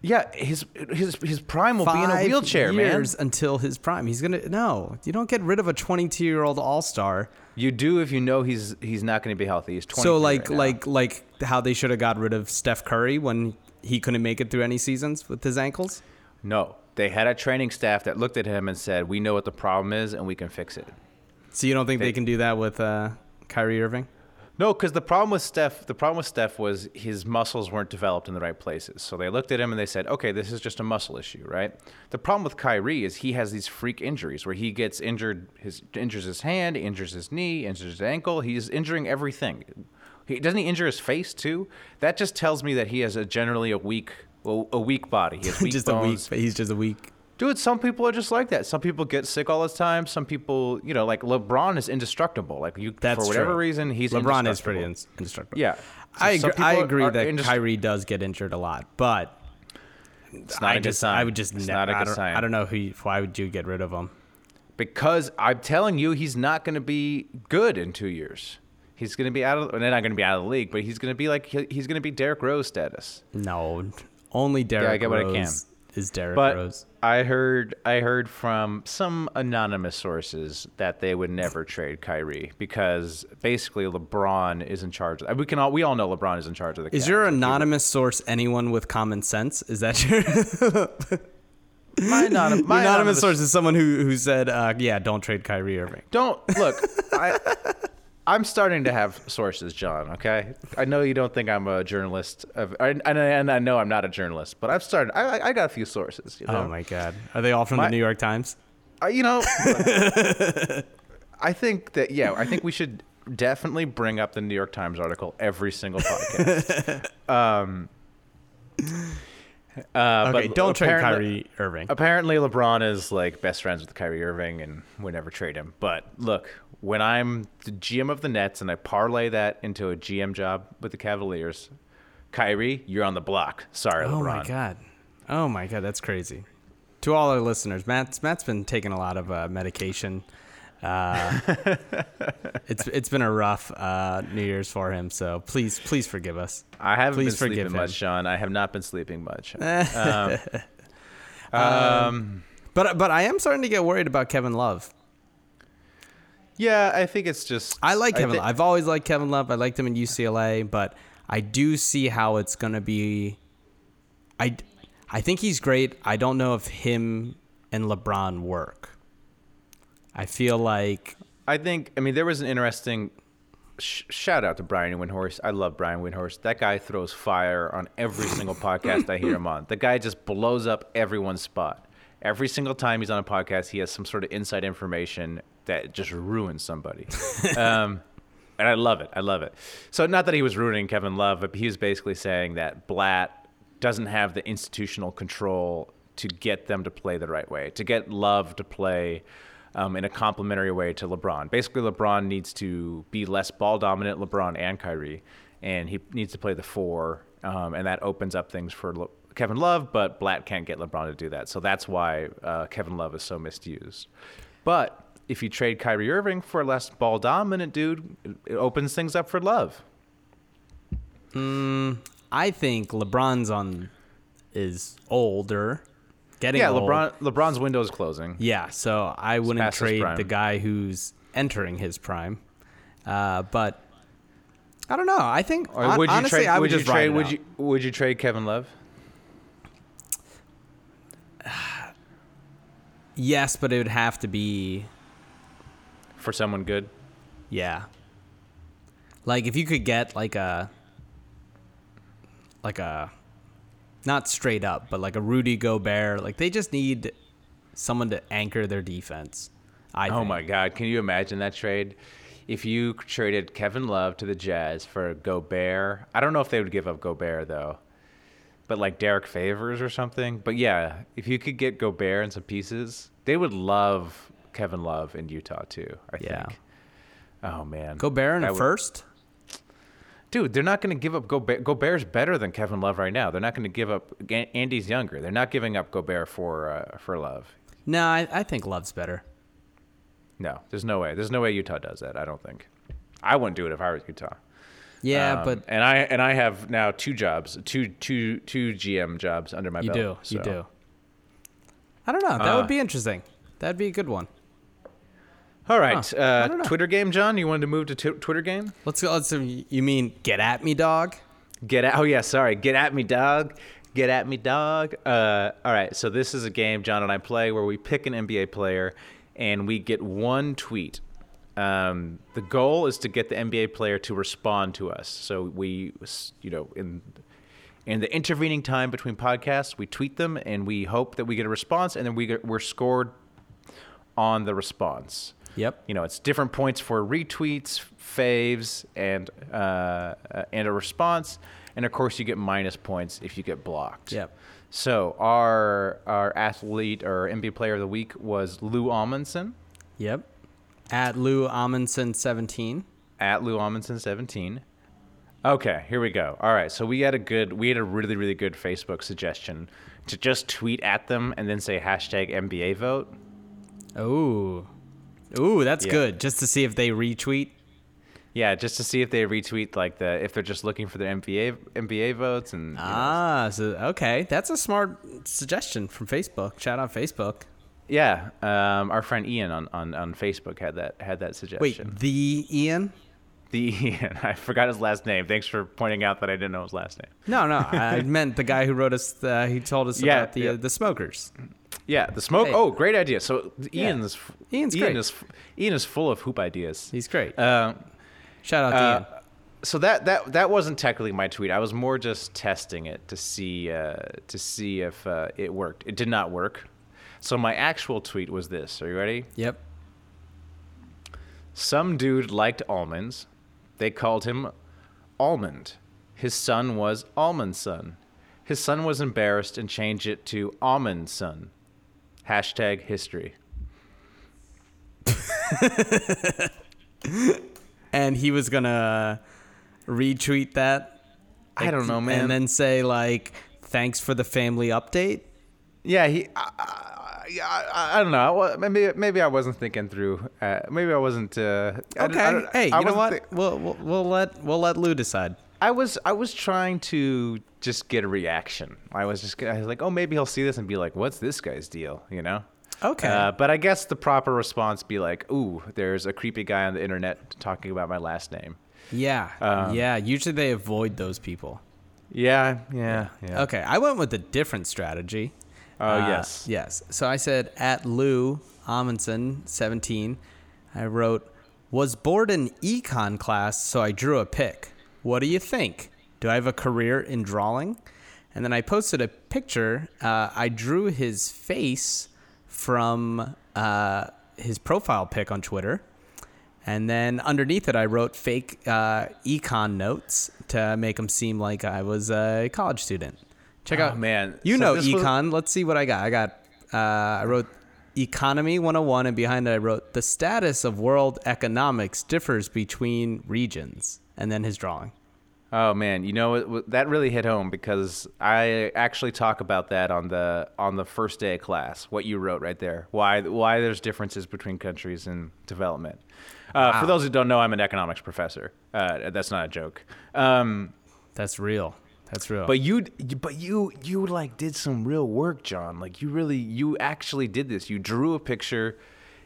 Speaker 7: yeah, his his his prime will be in a
Speaker 8: Five
Speaker 7: wheelchair, man.
Speaker 8: years until his prime. He's going to, no, you don't get rid of a 22 year old all star.
Speaker 7: You do if you know he's he's not going to be healthy. He's 20.
Speaker 8: So, like, like, like how they should have got rid of Steph Curry when he couldn't make it through any seasons with his ankles.
Speaker 7: No, they had a training staff that looked at him and said, "We know what the problem is, and we can fix it."
Speaker 8: So, you don't think they, can do that with uh, Kyrie Irving?
Speaker 7: No, because the problem with Steph, the problem with Steph was his muscles weren't developed in the right places. So they looked at him and they said, "Okay, this is just a muscle issue, right?" The problem with Kyrie is he has these freak injuries where he gets injured, his injures his hand, injures his knee, injures his ankle. He's injuring everything. He doesn't he injure his face too. That just tells me that he has a generally a weak, a a weak body. He has weak
Speaker 8: just
Speaker 7: bones.
Speaker 8: a weak, he's just a weak
Speaker 7: Dude, some people are just like that. Some people get sick all the time. Some people, you know, like LeBron is indestructible. Like you,
Speaker 8: That's
Speaker 7: for whatever
Speaker 8: true.
Speaker 7: reason, he's
Speaker 8: LeBron is
Speaker 7: indestructible.
Speaker 8: pretty ins- indestructible.
Speaker 7: Yeah. So
Speaker 8: I
Speaker 7: some
Speaker 8: agree, I
Speaker 7: people
Speaker 8: agree
Speaker 7: are
Speaker 8: that
Speaker 7: indest-
Speaker 8: Kyrie does get injured a lot, but
Speaker 7: It's not a
Speaker 8: I
Speaker 7: good
Speaker 8: just,
Speaker 7: sign.
Speaker 8: I would just
Speaker 7: It's
Speaker 8: ne-
Speaker 7: not a
Speaker 8: I
Speaker 7: good
Speaker 8: don't,
Speaker 7: sign.
Speaker 8: I don't know who. You, why would you get rid of him?
Speaker 7: because I'm telling you, he's not going to be good in two years. He's going to be out of, and they're not going to be out of the league, but he's going to be like he- he's going to be Derrick Rose status.
Speaker 8: No, only Derrick
Speaker 7: get what I
Speaker 8: Rose
Speaker 7: can.
Speaker 8: is Derrick
Speaker 7: But
Speaker 8: Rose.
Speaker 7: I heard I heard from some anonymous sources that they would never trade Kyrie because basically LeBron is in charge. Of, we can all we all know LeBron is in charge of the.
Speaker 8: Is
Speaker 7: Cavs.
Speaker 8: your anonymous source anyone with common sense? Is that your,
Speaker 7: my, anon- my
Speaker 8: anonymous, source? Is someone who who said, uh, "Yeah, don't trade Kyrie Irving."
Speaker 7: Don't look. I, I'm starting to have sources, John. Okay, I know you don't think I'm a journalist, of, and, and, and I know I'm not a journalist, but I've started. I, I- I got a few sources. You know,
Speaker 8: Oh my God, are they all from
Speaker 7: My-
Speaker 8: the New York Times?
Speaker 7: I, you know. I think that yeah, I think we should definitely bring up the New York Times article every single podcast. um, uh,
Speaker 8: Okay,
Speaker 7: but
Speaker 8: don't trade
Speaker 7: apparently-
Speaker 8: Kyrie Irving.
Speaker 7: Apparently, LeBron is like best friends with Kyrie Irving and would never trade him. But look, when I'm the GM of the Nets and I parlay that into a GM job with the Cavaliers, Kyrie, you're on the block. Sorry, LeBron.
Speaker 8: Oh my god. Oh my god, that's crazy. To all our listeners, Matt's Matt's been taking a lot of uh, medication. Uh, it's it's been a rough uh, New Year's for him, so please please forgive us.
Speaker 7: I haven't
Speaker 8: Please
Speaker 7: been
Speaker 8: forgive
Speaker 7: sleeping
Speaker 8: him. Eh,
Speaker 7: much, Sean. I have not been sleeping much.
Speaker 8: But but I am starting to get worried about Kevin Love.
Speaker 7: yeah, I think it's just
Speaker 8: I like Kevin.
Speaker 7: thi-
Speaker 8: Love. I've always liked Kevin Love. I liked him in UCLA, but I do see how it's going to be. I, I think he's great. I don't know if him and LeBron work. I feel like
Speaker 7: I think I mean there was an interesting sh- shout out to Brian Windhorst. I love Brian Windhorst. That guy throws fire on every single podcast I hear him on. The guy just blows up everyone's spot. Every single time he's on a podcast, he has some sort of inside information that just ruins somebody. Um, and I love it. I love it. So not that he was ruining Kevin Love, but he was basically saying that Blatt doesn't have the institutional control to get them to play the right way, to get Love to play um, in a complementary way to LeBron. Basically, LeBron needs to be less ball dominant, LeBron and Kyrie, and he needs to play the four, um, and that opens up things for Le- Kevin Love. But Blatt can't get LeBron to do that, so that's why uh, Kevin Love is so misused. But if you trade Kyrie Irving for a less ball dominant dude, it- it opens things up for love.
Speaker 8: I think LeBron's on is older, getting
Speaker 7: Yeah,
Speaker 8: old.
Speaker 7: LeBron LeBron's window is closing.
Speaker 8: Yeah, so I wouldn't
Speaker 7: past his
Speaker 8: trade
Speaker 7: prime.
Speaker 8: the guy who's entering his prime. Uh, but I don't know. I think
Speaker 7: Or
Speaker 8: hon-
Speaker 7: would you
Speaker 8: honestly,
Speaker 7: trade?
Speaker 8: I would,
Speaker 7: would you
Speaker 8: just ride
Speaker 7: trade?
Speaker 8: it
Speaker 7: Would
Speaker 8: out.
Speaker 7: you would you trade Kevin Love?
Speaker 8: Yes, but it would have to be
Speaker 7: For someone good,
Speaker 8: yeah. Like if you could get like a like a not straight up, but like a Rudy Gobert, like they just need someone to anchor their defense. I
Speaker 7: oh
Speaker 8: think.
Speaker 7: my God! Can you imagine that trade? If you traded Kevin Love to the Jazz for Gobert, I don't know if they would give up Gobert though, but like Derek Favors or something. But yeah, if you could get Gobert and some pieces, they would love Kevin Love in Utah too. I
Speaker 8: Yeah.
Speaker 7: think. Oh man,
Speaker 8: Gobert in
Speaker 7: That
Speaker 8: a
Speaker 7: would-
Speaker 8: first?
Speaker 7: Dude, they're not going to give up Gobert. Gobert's better than Kevin Love right now. They're not going to give up. Ga- Andy's younger. They're not giving up Gobert for uh, for Love.
Speaker 8: No, I, I think Love's better.
Speaker 7: No, there's no way. There's no way Utah does that. I don't think. I wouldn't do it if I was Utah.
Speaker 8: Yeah,
Speaker 7: Um,
Speaker 8: Uh, but
Speaker 7: and I and I have now two jobs, two two two GM jobs under my
Speaker 8: you
Speaker 7: belt.
Speaker 8: do, you
Speaker 7: so.
Speaker 8: do. I don't know. That
Speaker 7: Uh,
Speaker 8: would be interesting. That'd be a good one.
Speaker 7: All right,
Speaker 8: Huh. I don't
Speaker 7: uh,
Speaker 8: know.
Speaker 7: Twitter game, John. You wanted to move to t- Twitter game?
Speaker 8: Let's go. Let's. You mean get at me, dog?
Speaker 7: Get at, oh yeah, sorry. Get at me, dog. Get at me, dog. Uh, all right, so this is a game John and I play where we pick an NBA player, and we get one tweet. Um, the goal is to get the NBA player to respond to us. So we, s- you know, in in the intervening time between podcasts, we tweet them, and we hope that we get a response, and then we get, we're scored on the response
Speaker 8: Yep.
Speaker 7: you know, it's different points for retweets, faves, and uh, uh, and a response, and of course you get minus points if you get blocked.
Speaker 8: Yep.
Speaker 7: So our our athlete or NBA player of the week was Lou Amundson
Speaker 8: Yep. At Lou Amundsen seventeen.
Speaker 7: at Lou Amundson seventeen. Okay, here we go. All right, so we had a good, we had a really, really good Facebook suggestion to just tweet at them and then say hashtag NBA vote.
Speaker 8: Oh, ooh, that's
Speaker 7: Yeah.
Speaker 8: good. Just to see if they retweet.
Speaker 7: Yeah, just to see if they retweet like the if they're just looking for their NBA NBA votes and you know,
Speaker 8: Ah, so okay, that's a smart suggestion from Facebook. Shout out Facebook.
Speaker 7: yeah, um, our friend Ian on, on, on Facebook had that had that
Speaker 8: Wait,
Speaker 7: suggestion.
Speaker 8: the Ian?
Speaker 7: The Ian, I forgot his last name. Thanks for pointing out that I didn't know his last name.
Speaker 8: No, no, I meant the guy who wrote us. Uh, he told us
Speaker 7: Yeah,
Speaker 8: about the
Speaker 7: yeah.
Speaker 8: Uh, the smokers.
Speaker 7: Yeah, the smoke.
Speaker 8: Hey.
Speaker 7: Oh, great idea. So Ian's
Speaker 8: Ian's
Speaker 7: Ian
Speaker 8: great.
Speaker 7: is Ian is full of hoop ideas.
Speaker 8: He's great.
Speaker 7: Um,
Speaker 8: Shout out
Speaker 7: Uh,
Speaker 8: to Ian.
Speaker 7: so that that that wasn't technically my tweet. I was more just testing it to see uh, to see if uh, it worked. It did not work. So my actual tweet was this. Are you ready?
Speaker 8: Yep.
Speaker 7: Some dude liked almonds. They called him Almond. His son was Almond Son. His son was embarrassed and changed it to Almond Son. Hashtag history.
Speaker 8: And he was gonna retweet that.
Speaker 7: I don't know, man.
Speaker 8: And then say like, "Thanks for the family update."
Speaker 7: Yeah, he. I, I, I, I don't know. I wa- Maybe maybe I wasn't thinking through. Uh, maybe I wasn't. Uh, I
Speaker 8: Okay.
Speaker 7: didn't- I don't-
Speaker 8: hey,
Speaker 7: I
Speaker 8: you know
Speaker 7: wasn't
Speaker 8: what?
Speaker 7: thi-
Speaker 8: we'll, we'll we'll let we'll let Lou decide.
Speaker 7: I was I was trying to just get a reaction. I was just I was like, oh, maybe he'll see this and be like, what's this guy's deal? You know.
Speaker 8: Okay.
Speaker 7: Uh, but I guess the proper response be like, ooh, there's a creepy guy on the internet talking about my last name.
Speaker 8: Yeah.
Speaker 7: uh,
Speaker 8: yeah. Usually they avoid those people.
Speaker 7: Yeah, yeah, yeah.
Speaker 8: Okay. I went with a different strategy.
Speaker 7: Oh yes.
Speaker 8: Uh, Yes. So I said at Lou Amundsen, 17. I wrote, was bored in econ class, so I drew a pic. What do you think? Do I have a career in drawing? And then I posted a picture. Uh, I drew his face from uh, his profile pic on Twitter. And then underneath it, I wrote fake uh, econ notes to make them seem like I was a college student. Check
Speaker 7: Oh,
Speaker 8: out,
Speaker 7: man.
Speaker 8: You
Speaker 7: So
Speaker 8: know
Speaker 7: this was-
Speaker 8: econ. Let's see what I got. I got. Uh, I wrote economy 101, and behind it, I wrote the status of world economics differs between regions, and then his drawing.
Speaker 7: Oh man, you know it, w- that really hit home because I actually talk about that on the on the first day of class. What you wrote right there, why why there's differences between countries in development. Uh, For those who don't know, I'm an economics professor. Uh, that's not a joke. Um,
Speaker 8: That's real. That's real.
Speaker 7: but you but you you like did some real work, John. Like you really you actually did this. You drew a picture,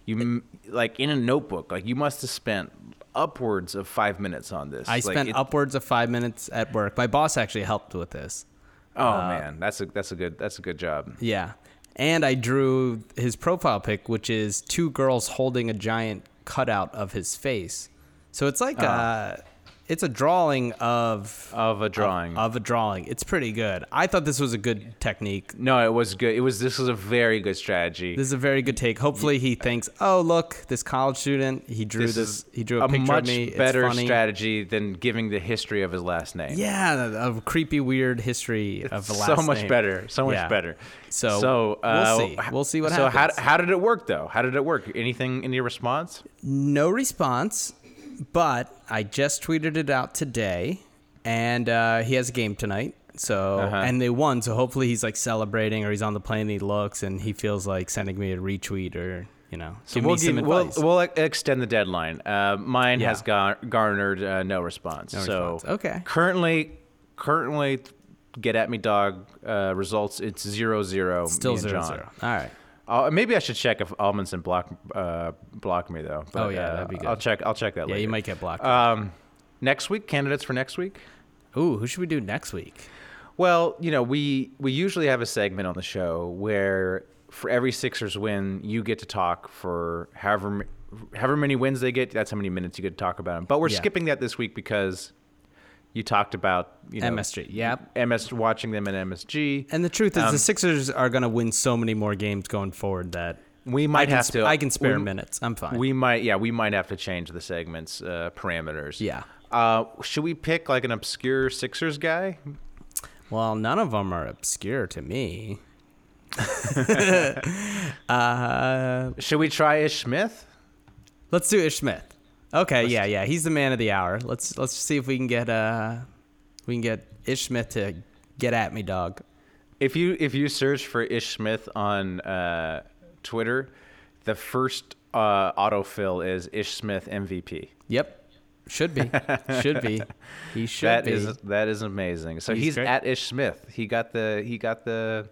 Speaker 7: you m- like in a notebook. Like you must have spent upwards of five minutes on this.
Speaker 8: I
Speaker 7: Like,
Speaker 8: spent
Speaker 7: it-
Speaker 8: upwards of five minutes at work. My boss actually helped with this.
Speaker 7: Oh
Speaker 8: uh,
Speaker 7: man, that's a that's a good that's a good job.
Speaker 8: Yeah. And I drew his profile pic, which is two girls holding a giant cutout of his face. So it's like a, it's a drawing of
Speaker 7: of a Ah. drawing.
Speaker 8: of a drawing. It's pretty good. I thought this was a good technique.
Speaker 7: no, it was good. It was this was a very good strategy.
Speaker 8: This is a very good take. Hopefully, he thinks, "Oh, look, this college student. He drew this. he drew a, picture
Speaker 7: much
Speaker 8: of me.
Speaker 7: better
Speaker 8: it's funny.
Speaker 7: strategy than giving the history of his last name.
Speaker 8: Yeah, a creepy, weird history of the last.
Speaker 7: so much
Speaker 8: name.
Speaker 7: better. So much
Speaker 8: Yeah.
Speaker 7: better.
Speaker 8: So,
Speaker 7: so
Speaker 8: we'll
Speaker 7: uh,
Speaker 8: see. We'll see what
Speaker 7: so
Speaker 8: happens.
Speaker 7: So how how did it work though? How did it work? Anything in your response?
Speaker 8: No response, but I just tweeted it out today, and uh, he has a game tonight. So
Speaker 7: Uh-huh.
Speaker 8: and they won. So hopefully he's like celebrating, or he's on the plane. And he looks and he feels like sending me a retweet, or you know,
Speaker 7: So
Speaker 8: give
Speaker 7: we'll
Speaker 8: me some
Speaker 7: give-
Speaker 8: advice.
Speaker 7: We'll, we'll ex- extend the deadline. Uh, mine
Speaker 8: Yeah.
Speaker 7: has gar- garnered uh, no response. so
Speaker 8: response. Okay.
Speaker 7: Currently, currently, get at me, dog. Uh, results it's zero zero.
Speaker 8: Still
Speaker 7: me and
Speaker 8: zero
Speaker 7: John.
Speaker 8: zero. All right.
Speaker 7: Uh, maybe I should check if Almondson block uh, block me though. But,
Speaker 8: Oh, yeah,
Speaker 7: uh,
Speaker 8: that'd be good.
Speaker 7: I'll check. I'll check that
Speaker 8: Yeah,
Speaker 7: later.
Speaker 8: you might get blocked.
Speaker 7: Um, next week, candidates for next week.
Speaker 8: Ooh, who should we do next week?
Speaker 7: Well, you know, we we usually have a segment on the show where for every Sixers win, you get to talk for however m- however many wins they get. That's how many minutes you get to talk about them. But we're
Speaker 8: Yeah.
Speaker 7: skipping that this week because you talked about you know
Speaker 8: MSG, yep.
Speaker 7: MS watching them in MSG,
Speaker 8: And the truth is,
Speaker 7: Um,
Speaker 8: the Sixers are going to win so many more games going forward that
Speaker 7: we
Speaker 8: I
Speaker 7: might
Speaker 8: can,
Speaker 7: have
Speaker 8: sp-
Speaker 7: to.
Speaker 8: I can spare
Speaker 7: we-
Speaker 8: minutes. I'm fine.
Speaker 7: We might, yeah, we might have to change the segment's uh, parameters.
Speaker 8: Yeah.
Speaker 7: Uh, should we pick like an obscure Sixers guy?
Speaker 8: well, none of them are obscure to me.
Speaker 7: Should we try Ish Smith?
Speaker 8: Let's do Ish Smith. Okay, yeah, yeah, he's the man of the hour. Let's let's see if we can get uh We can get Ish Smith to get at me, dog.
Speaker 7: If you if you search for Ish Smith on uh, Twitter, the first uh, autofill is Ish Smith MVP.
Speaker 8: Yep. Should be. Should be. He should
Speaker 7: That
Speaker 8: be.
Speaker 7: is that is amazing. So
Speaker 8: He's
Speaker 7: he's,
Speaker 8: great.
Speaker 7: at Ish Smith. He got the he got the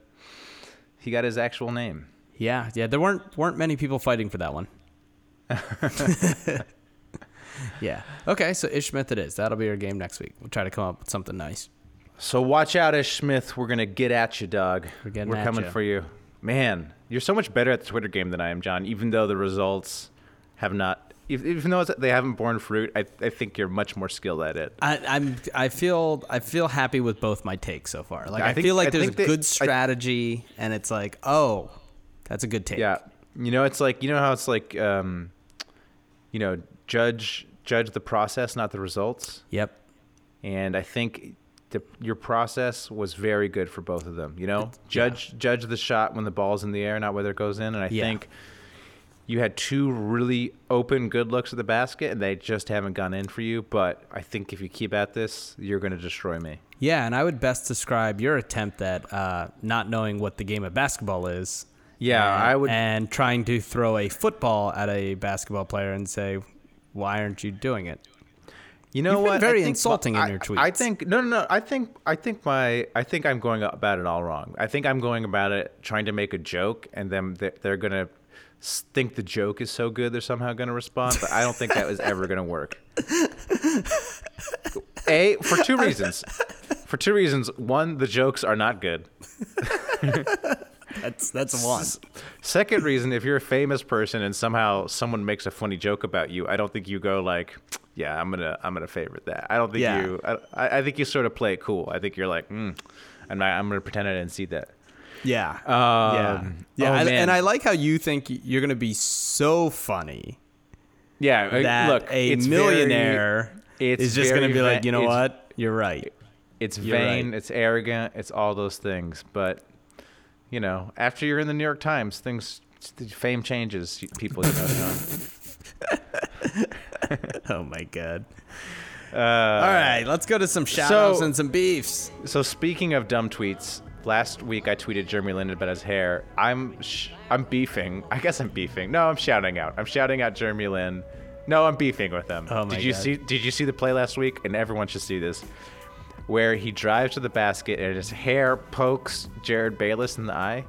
Speaker 7: he got his actual name.
Speaker 8: Yeah, yeah. There weren't weren't many people fighting for that one. yeah. Okay, so Ish Smith it is. That'll be our game next week. We'll try to come up with something nice.
Speaker 7: So watch out, Ish Smith. We're gonna get at you, dog.
Speaker 8: We're getting at
Speaker 7: coming
Speaker 8: ya.
Speaker 7: for you, man. You're so much better at the Twitter game than I am, John. Even though the results have not, ev- even though it's- they haven't borne fruit, I, I think you're much more skilled at it.
Speaker 8: I, I'm I feel I feel happy with both my takes so far. Like I,
Speaker 7: I think-
Speaker 8: feel like
Speaker 7: I
Speaker 8: there's a
Speaker 7: think that-
Speaker 8: good
Speaker 7: I-
Speaker 8: strategy, and it's like, oh, that's a good take.
Speaker 7: Yeah, you know, it's like you know how it's like, um, you know, judge judge the process, not the results.
Speaker 8: Yep.
Speaker 7: and I think the, your process was very good for both of them. You know, judge judge the shot when the ball's in the air, not whether it goes in. And I
Speaker 8: Yeah.
Speaker 7: think you had two really open, good looks at the basket, and they just haven't gone in for you. But I think if you keep at this, you're going to destroy me.
Speaker 8: Yeah, and I would best describe your attempt at uh, not knowing what the game of basketball is.
Speaker 7: Yeah,
Speaker 8: and-
Speaker 7: I would.
Speaker 8: And trying to throw a football at a basketball player and say, why aren't you doing it?
Speaker 7: you know
Speaker 8: you've been
Speaker 7: what?
Speaker 8: very
Speaker 7: I think
Speaker 8: insulting in
Speaker 7: I-
Speaker 8: your
Speaker 7: I
Speaker 8: tweets.
Speaker 7: think no, no, no. I think I think my I think I'm going about it all wrong. I think I'm going about it trying to make a joke, and then they're, they're going to think the joke is so good they're somehow going to respond. But I don't think that was ever going to work. A for two reasons. For two reasons. One, the jokes are not good.
Speaker 8: That's that's one.
Speaker 7: Second reason, if you're a famous person and somehow someone makes a funny joke about you, I don't think you go like, "Yeah, I'm gonna, I'm gonna favorite that." I don't think
Speaker 8: Yeah.
Speaker 7: you. I- I, I think you sort of play it cool. I think you're like, mm, "I'm not, I'm gonna pretend I didn't see that."
Speaker 8: Yeah. yeah.
Speaker 7: Um,
Speaker 8: Yeah.
Speaker 7: oh,
Speaker 8: and-
Speaker 7: man.
Speaker 8: and I like how you think you're going to be so funny
Speaker 7: Yeah, I-
Speaker 8: that
Speaker 7: look,
Speaker 8: a
Speaker 7: it's
Speaker 8: millionaire
Speaker 7: very- it's
Speaker 8: is just going to
Speaker 7: very
Speaker 8: be like,
Speaker 7: va-
Speaker 8: you know
Speaker 7: it's-
Speaker 8: what? You're right.
Speaker 7: very- It's
Speaker 8: You're right.
Speaker 7: vain. It's arrogant. It's all those things. But you know, after you're in the New York Times, things, fame changes. People, you know. John.
Speaker 8: Oh, my God.
Speaker 7: Uh,
Speaker 8: All right. Let's go to some shout outs and some beefs.
Speaker 7: So speaking of dumb tweets, last week I tweeted Jeremy Lin about his hair. I'm sh- I'm beefing. I guess I'm beefing. No, I'm shouting out. I'm shouting out Jeremy Lin. No, I'm beefing with him.
Speaker 8: Oh my
Speaker 7: did you
Speaker 8: God.
Speaker 7: see did you see the play last week? And everyone should see this. Where he drives to the basket and his hair pokes Jared Bayless in the eye.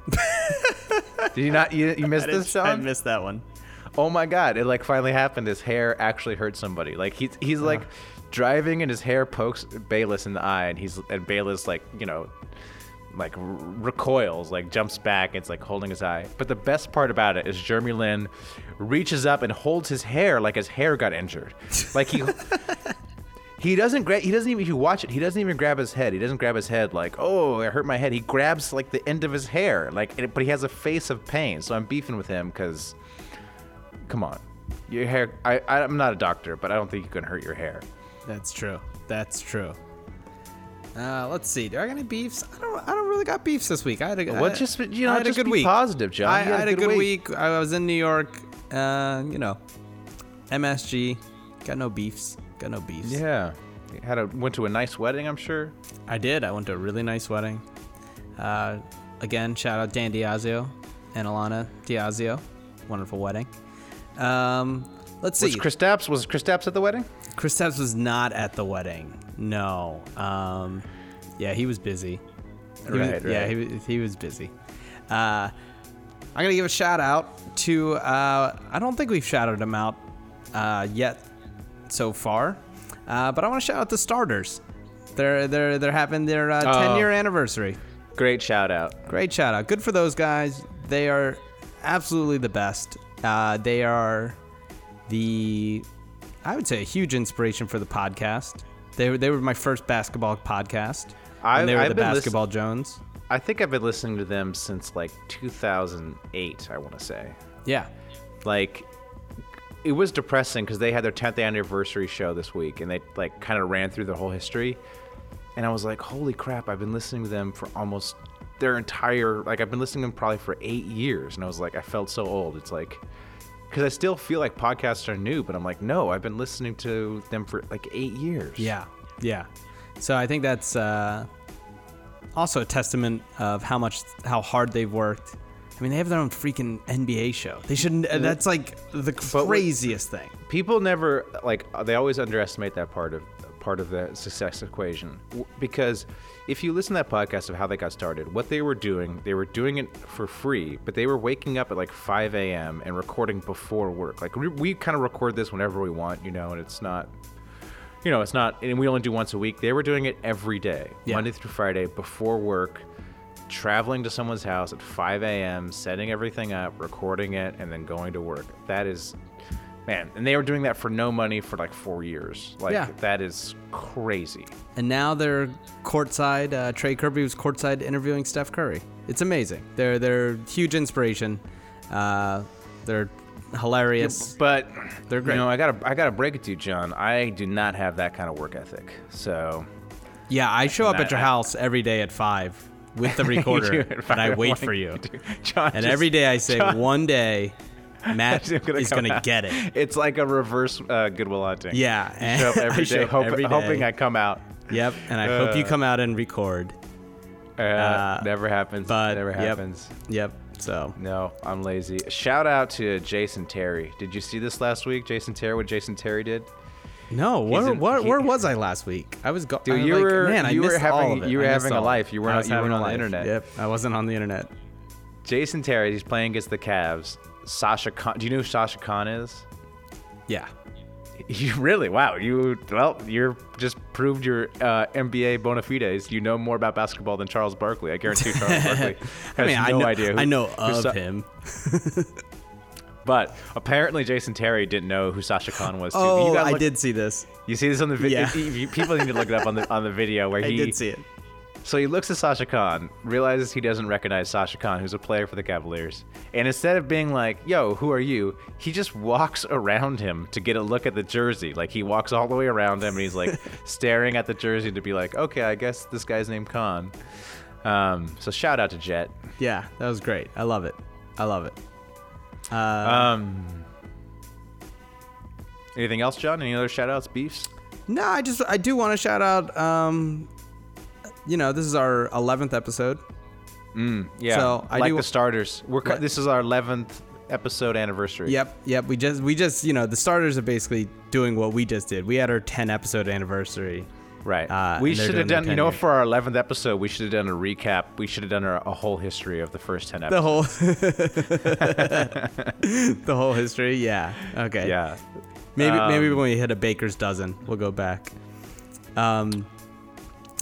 Speaker 7: Did you not you, you missed
Speaker 8: I
Speaker 7: this,
Speaker 8: didn't-
Speaker 7: Sean?
Speaker 8: I missed that one.
Speaker 7: oh my god, it like finally happened. His hair actually hurt somebody. Like he's he's like driving and his hair pokes Bayless in the eye and he's and Bayless like, you know, like r- recoils, like jumps back. It's like holding his eye. But the best part about it is Jeremy Lin reaches up and holds his hair like his hair got injured. Like he he doesn't grab. He doesn't even. If you watch it, he doesn't even grab his head. He doesn't grab his head like, oh, I hurt my head. He grabs like the end of his hair, like, and- but he has a face of pain. So I'm beefing with him because, come on, your hair. I I'm not a doctor, but I don't think you can hurt your hair.
Speaker 8: That's true. That's true. Uh, let's see. Do I got any beefs? I don't. I don't really got beefs this week. I had a,
Speaker 7: Well,
Speaker 8: I-
Speaker 7: just- you know,
Speaker 8: I had
Speaker 7: just
Speaker 8: a good
Speaker 7: be
Speaker 8: week.
Speaker 7: positive, John.
Speaker 8: I,
Speaker 7: You had
Speaker 8: I had a good, week. I was in New York. Uh, you know, MSG. Got no beefs. Got no beefs.
Speaker 7: Yeah, had a went to a nice wedding. I'm sure.
Speaker 8: I did. I went to a really nice wedding. Uh, again, shout out Dan Diazio and Alana Diazio. Wonderful wedding. Um, let's see.
Speaker 7: Was Kristaps was Kristaps at the wedding?
Speaker 8: Kristaps was not at the wedding. No. Um, yeah, he was busy. He was-
Speaker 7: Right,
Speaker 8: Yeah,
Speaker 7: right.
Speaker 8: he, was- he was busy. Uh, I'm gonna give a shout out to. Uh, I don't think we've shouted him out uh, yet so far, uh, but I want to shout out the starters. They're they're they're having their uh,
Speaker 7: Oh.
Speaker 8: 10 year anniversary.
Speaker 7: Great shout out.
Speaker 8: Great shout out. Good for those guys. They are absolutely the best. Uh, they are the, I would say, a huge inspiration for the podcast. They were, they were my first basketball podcast.
Speaker 7: I-
Speaker 8: and they were
Speaker 7: I've
Speaker 8: the
Speaker 7: been listen-
Speaker 8: Basketball Jones.
Speaker 7: I think I've been listening to them since like 2008. I want to say.
Speaker 8: Yeah.
Speaker 7: like it was depressing because they had their 10th anniversary show this week and they like kind of ran through the whole history and i was like holy crap i've been listening to them for almost their entire like i've been listening to them probably for eight years and i was like i felt so old it's like because i still feel like podcasts are new but i'm like no i've been listening to them for like eight years
Speaker 8: Yeah. Yeah. So I think that's uh, also a testament of how much how hard they've worked. I mean, they have their own freaking NBA show. They shouldn't. uh, That's like the
Speaker 7: what-
Speaker 8: craziest thing.
Speaker 7: people never like uh, they always underestimate that part of part of the success equation W- because if you listen to that podcast of how they got started what they were doing they were doing it for free but they were waking up at like 5 a.m and recording before work like we, we kind of record this whenever we want you know and it's not you know it's not and we only do once a week they were doing it every day
Speaker 8: Yeah.
Speaker 7: monday through friday before work traveling to someone's house at 5 a.m setting everything up recording it and then going to work that is Man, and they were doing that for no money for like four years. Like
Speaker 8: Yeah.
Speaker 7: that is crazy.
Speaker 8: And now they're courtside. Uh, Trey Kirby was courtside interviewing Steph Curry. It's amazing. They're they're huge inspiration. Uh, they're hilarious.
Speaker 7: But
Speaker 8: They're great.
Speaker 7: You know, I gotta I gotta break it to you, John. I do not have that kind of work ethic. So
Speaker 8: Yeah, I show up
Speaker 7: And
Speaker 8: at your
Speaker 7: I-
Speaker 8: house every day at five with the recorder,
Speaker 7: You do it
Speaker 8: and I
Speaker 7: right
Speaker 8: wait
Speaker 7: away.
Speaker 8: for you.
Speaker 7: John
Speaker 8: And
Speaker 7: just-
Speaker 8: every day I say, one day, Matt
Speaker 7: I'm gonna
Speaker 8: is
Speaker 7: come
Speaker 8: going to
Speaker 7: out.
Speaker 8: get it.
Speaker 7: It's like a reverse uh, Goodwill hunting.
Speaker 8: Yeah,
Speaker 7: You show up
Speaker 8: I
Speaker 7: every
Speaker 8: show
Speaker 7: day,
Speaker 8: up
Speaker 7: hope-
Speaker 8: every day.
Speaker 7: hoping I Uh. come out.
Speaker 8: Yep. And I hope you come out and record.
Speaker 7: Uh, never happens.
Speaker 8: But
Speaker 7: never
Speaker 8: yep,
Speaker 7: happens.
Speaker 8: Yep. So
Speaker 7: No, I'm lazy. Shout out to Jason Terry. Did you see this last week? Jason Terry, what Jason Terry did?
Speaker 8: no, where,
Speaker 7: in-
Speaker 8: where,
Speaker 7: he-
Speaker 8: where was I last week? I was gone.
Speaker 7: Dude, you were-
Speaker 8: man, I
Speaker 7: you were
Speaker 8: missed
Speaker 7: having-
Speaker 8: all of it.
Speaker 7: you were
Speaker 8: I missed
Speaker 7: having a
Speaker 8: all of
Speaker 7: life.
Speaker 8: it.
Speaker 7: You weren't-
Speaker 8: I was
Speaker 7: you weren't
Speaker 8: having a
Speaker 7: on the
Speaker 8: life.
Speaker 7: internet.
Speaker 8: Yep, I wasn't on the internet.
Speaker 7: Jason Terry, he's playing against the Cavs. Sasha Khan, do you know who Sasha Khan is?
Speaker 8: Yeah,
Speaker 7: You really? Wow. You well, you're just proved your uh, MBA bona fides. You know more about basketball than Charles Barkley. I guarantee Charles Barkley has
Speaker 8: I mean,
Speaker 7: no
Speaker 8: I know,
Speaker 7: idea. Who,
Speaker 8: I know
Speaker 7: who
Speaker 8: of
Speaker 7: Sa-
Speaker 8: him.
Speaker 7: but apparently Jason Terry didn't know who Sasha Khan was. Too. you
Speaker 8: Oh,
Speaker 7: gotta
Speaker 8: I
Speaker 7: look-
Speaker 8: did see this.
Speaker 7: You see this on the video?
Speaker 8: Yeah.
Speaker 7: People need to look it up on the on the video where
Speaker 8: I
Speaker 7: he
Speaker 8: did see it.
Speaker 7: So he looks at Sasha Khan, realizes he doesn't recognize Sasha Khan, who's a player for the Cavaliers. And instead of being like, yo, who are you? He just walks around him to get a look at the jersey. Like he walks all the way around him and he's like staring at the jersey to be like, okay, I guess this guy's named Khan. Um, so shout out to Jet.
Speaker 8: Yeah, that was great. I love it. I love it.
Speaker 7: Um, anything else, John? Any other shout outs, beefs?
Speaker 8: No, I just I do want to shout out. Um, you know, this is our eleventh episode.
Speaker 7: Yeah.
Speaker 8: So, I
Speaker 7: like
Speaker 8: do-
Speaker 7: the starters. We're cu-
Speaker 8: Let-
Speaker 7: this is our 11th episode anniversary.
Speaker 8: Yep, yep. We just we just you know the starters are basically doing what we just did. We had our ten episode anniversary.
Speaker 7: Right.
Speaker 8: Uh,
Speaker 7: we
Speaker 8: and they're
Speaker 7: should have
Speaker 8: doing their
Speaker 7: done, you know,
Speaker 8: 10 year.
Speaker 7: for our 11th episode, we should have done a recap. We should have done a, a whole history of the first 10
Speaker 8: The
Speaker 7: episodes.
Speaker 8: whole the whole history. Yeah. Okay.
Speaker 7: yeah.
Speaker 8: Maybe maybe
Speaker 7: Um,
Speaker 8: when we hit a baker's dozen, we'll go back. Um,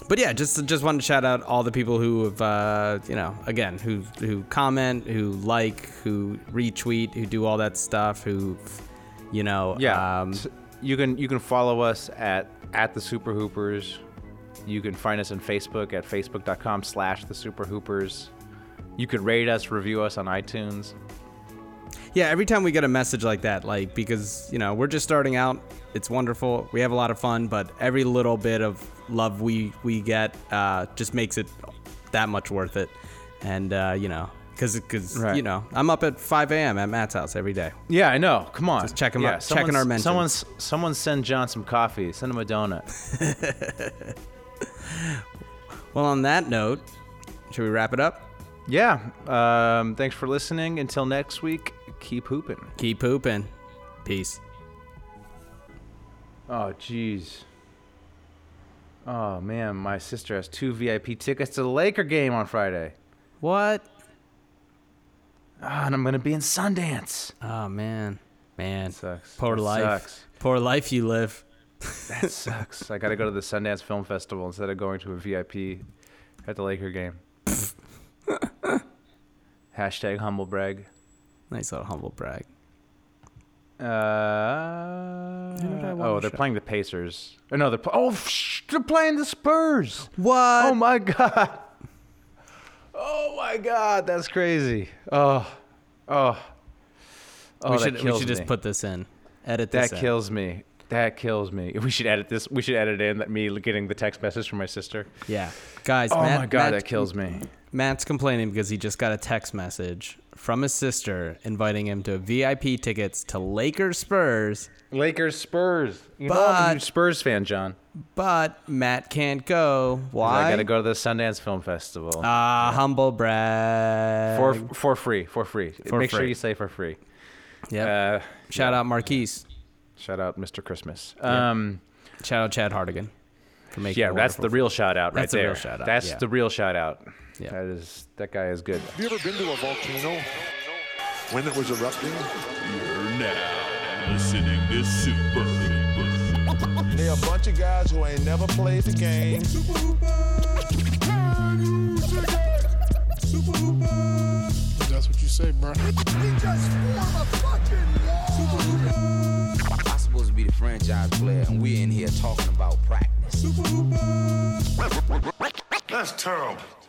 Speaker 8: but yeah, just just wanted to shout out all the people who have uh, you know again who who comment, who like, who retweet, who do all that stuff, who you know
Speaker 7: Yeah.
Speaker 8: um,
Speaker 7: S- you can you can follow us at at the Super Hoopers. You can find us on Facebook at facebook.com slash the Super Hoopers. You could rate us, review us on iTunes.
Speaker 8: Yeah, every time we get a message like that, like because you know we're just starting out, it's wonderful. We have a lot of fun, but every little bit of love we we get uh, just makes it that much worth it. And uh, you know, because because
Speaker 7: Right.
Speaker 8: you know, I'm up at 5 a.m. at Matt's house every day.
Speaker 7: Yeah, I know. Come on.
Speaker 8: Just check 'em
Speaker 7: yeah,
Speaker 8: out- checking
Speaker 7: someone's-
Speaker 8: our mentions.
Speaker 7: Someone's, someone send John some coffee. Send him a donut.
Speaker 8: Well, on that note, should we wrap it up?
Speaker 7: yeah. Um, thanks for listening. Until next week, keep hooping.
Speaker 8: Keep pooping. Peace.
Speaker 7: Oh, jeez. Oh, man, my sister has two VIP tickets to the Laker game on Friday.
Speaker 8: What?
Speaker 7: Ah, and I'm going to be in Sundance.
Speaker 8: Oh man, man,
Speaker 7: Sucks.
Speaker 8: poor
Speaker 7: That
Speaker 8: life.
Speaker 7: sucks.
Speaker 8: Poor life you live.
Speaker 7: That sucks. I got to go to the Sundance Film Festival instead of going to a VIP at the Laker game. Hashtag humble brag.
Speaker 8: Nice little humble brag.
Speaker 7: Oh, Uh,
Speaker 8: did I
Speaker 7: oh,
Speaker 8: watch?
Speaker 7: they're playing the Pacers. Oh, no, they're, pl- oh, sh- they're playing the Spurs.
Speaker 8: What?
Speaker 7: Oh my god. Oh my god, that's crazy. Oh, oh, oh.
Speaker 8: we
Speaker 7: that
Speaker 8: should we
Speaker 7: kills
Speaker 8: should
Speaker 7: me.
Speaker 8: just put this in. Edit this.
Speaker 7: that
Speaker 8: in.
Speaker 7: kills me. That kills me. We should edit this. We should edit in that me getting the text message from my sister.
Speaker 8: Yeah, guys.
Speaker 7: Oh
Speaker 8: Matt,
Speaker 7: my god,
Speaker 8: Matt-
Speaker 7: that kills me.
Speaker 8: Matt's complaining because he just got a text message from his sister inviting him to VIP tickets to Lakers Spurs,
Speaker 7: Lakers Spurs. You know I'm a
Speaker 8: But-
Speaker 7: huge Spurs fan, John.
Speaker 8: but Matt can't go. Why?
Speaker 7: I gotta go to the Sundance Film Festival
Speaker 8: Ah, humble brag.
Speaker 7: for for free. For free.
Speaker 8: For
Speaker 7: Make sure
Speaker 8: free.
Speaker 7: you say for free.
Speaker 8: Yep.
Speaker 7: Uh,
Speaker 8: Shout out Marquise.
Speaker 7: shout out Mr. Christmas. Um,
Speaker 8: Shout out Chad Hardigan for making.
Speaker 7: yeah,
Speaker 8: a
Speaker 7: that's the
Speaker 8: wonderful-
Speaker 7: real shout out right
Speaker 8: That's the
Speaker 7: there.
Speaker 8: real shout out,
Speaker 7: That's
Speaker 8: yeah.
Speaker 7: the real shout out.
Speaker 8: Yeah.
Speaker 7: That is that guy is good.
Speaker 2: Have you ever been to a volcano when it was erupting?
Speaker 3: You're now listening to Super.
Speaker 4: They're a bunch of guys who ain't never played the game.
Speaker 1: That's what you say, bro.
Speaker 6: I'm supposed to be the franchise player, and we're in here talking about practice.
Speaker 5: That's terrible.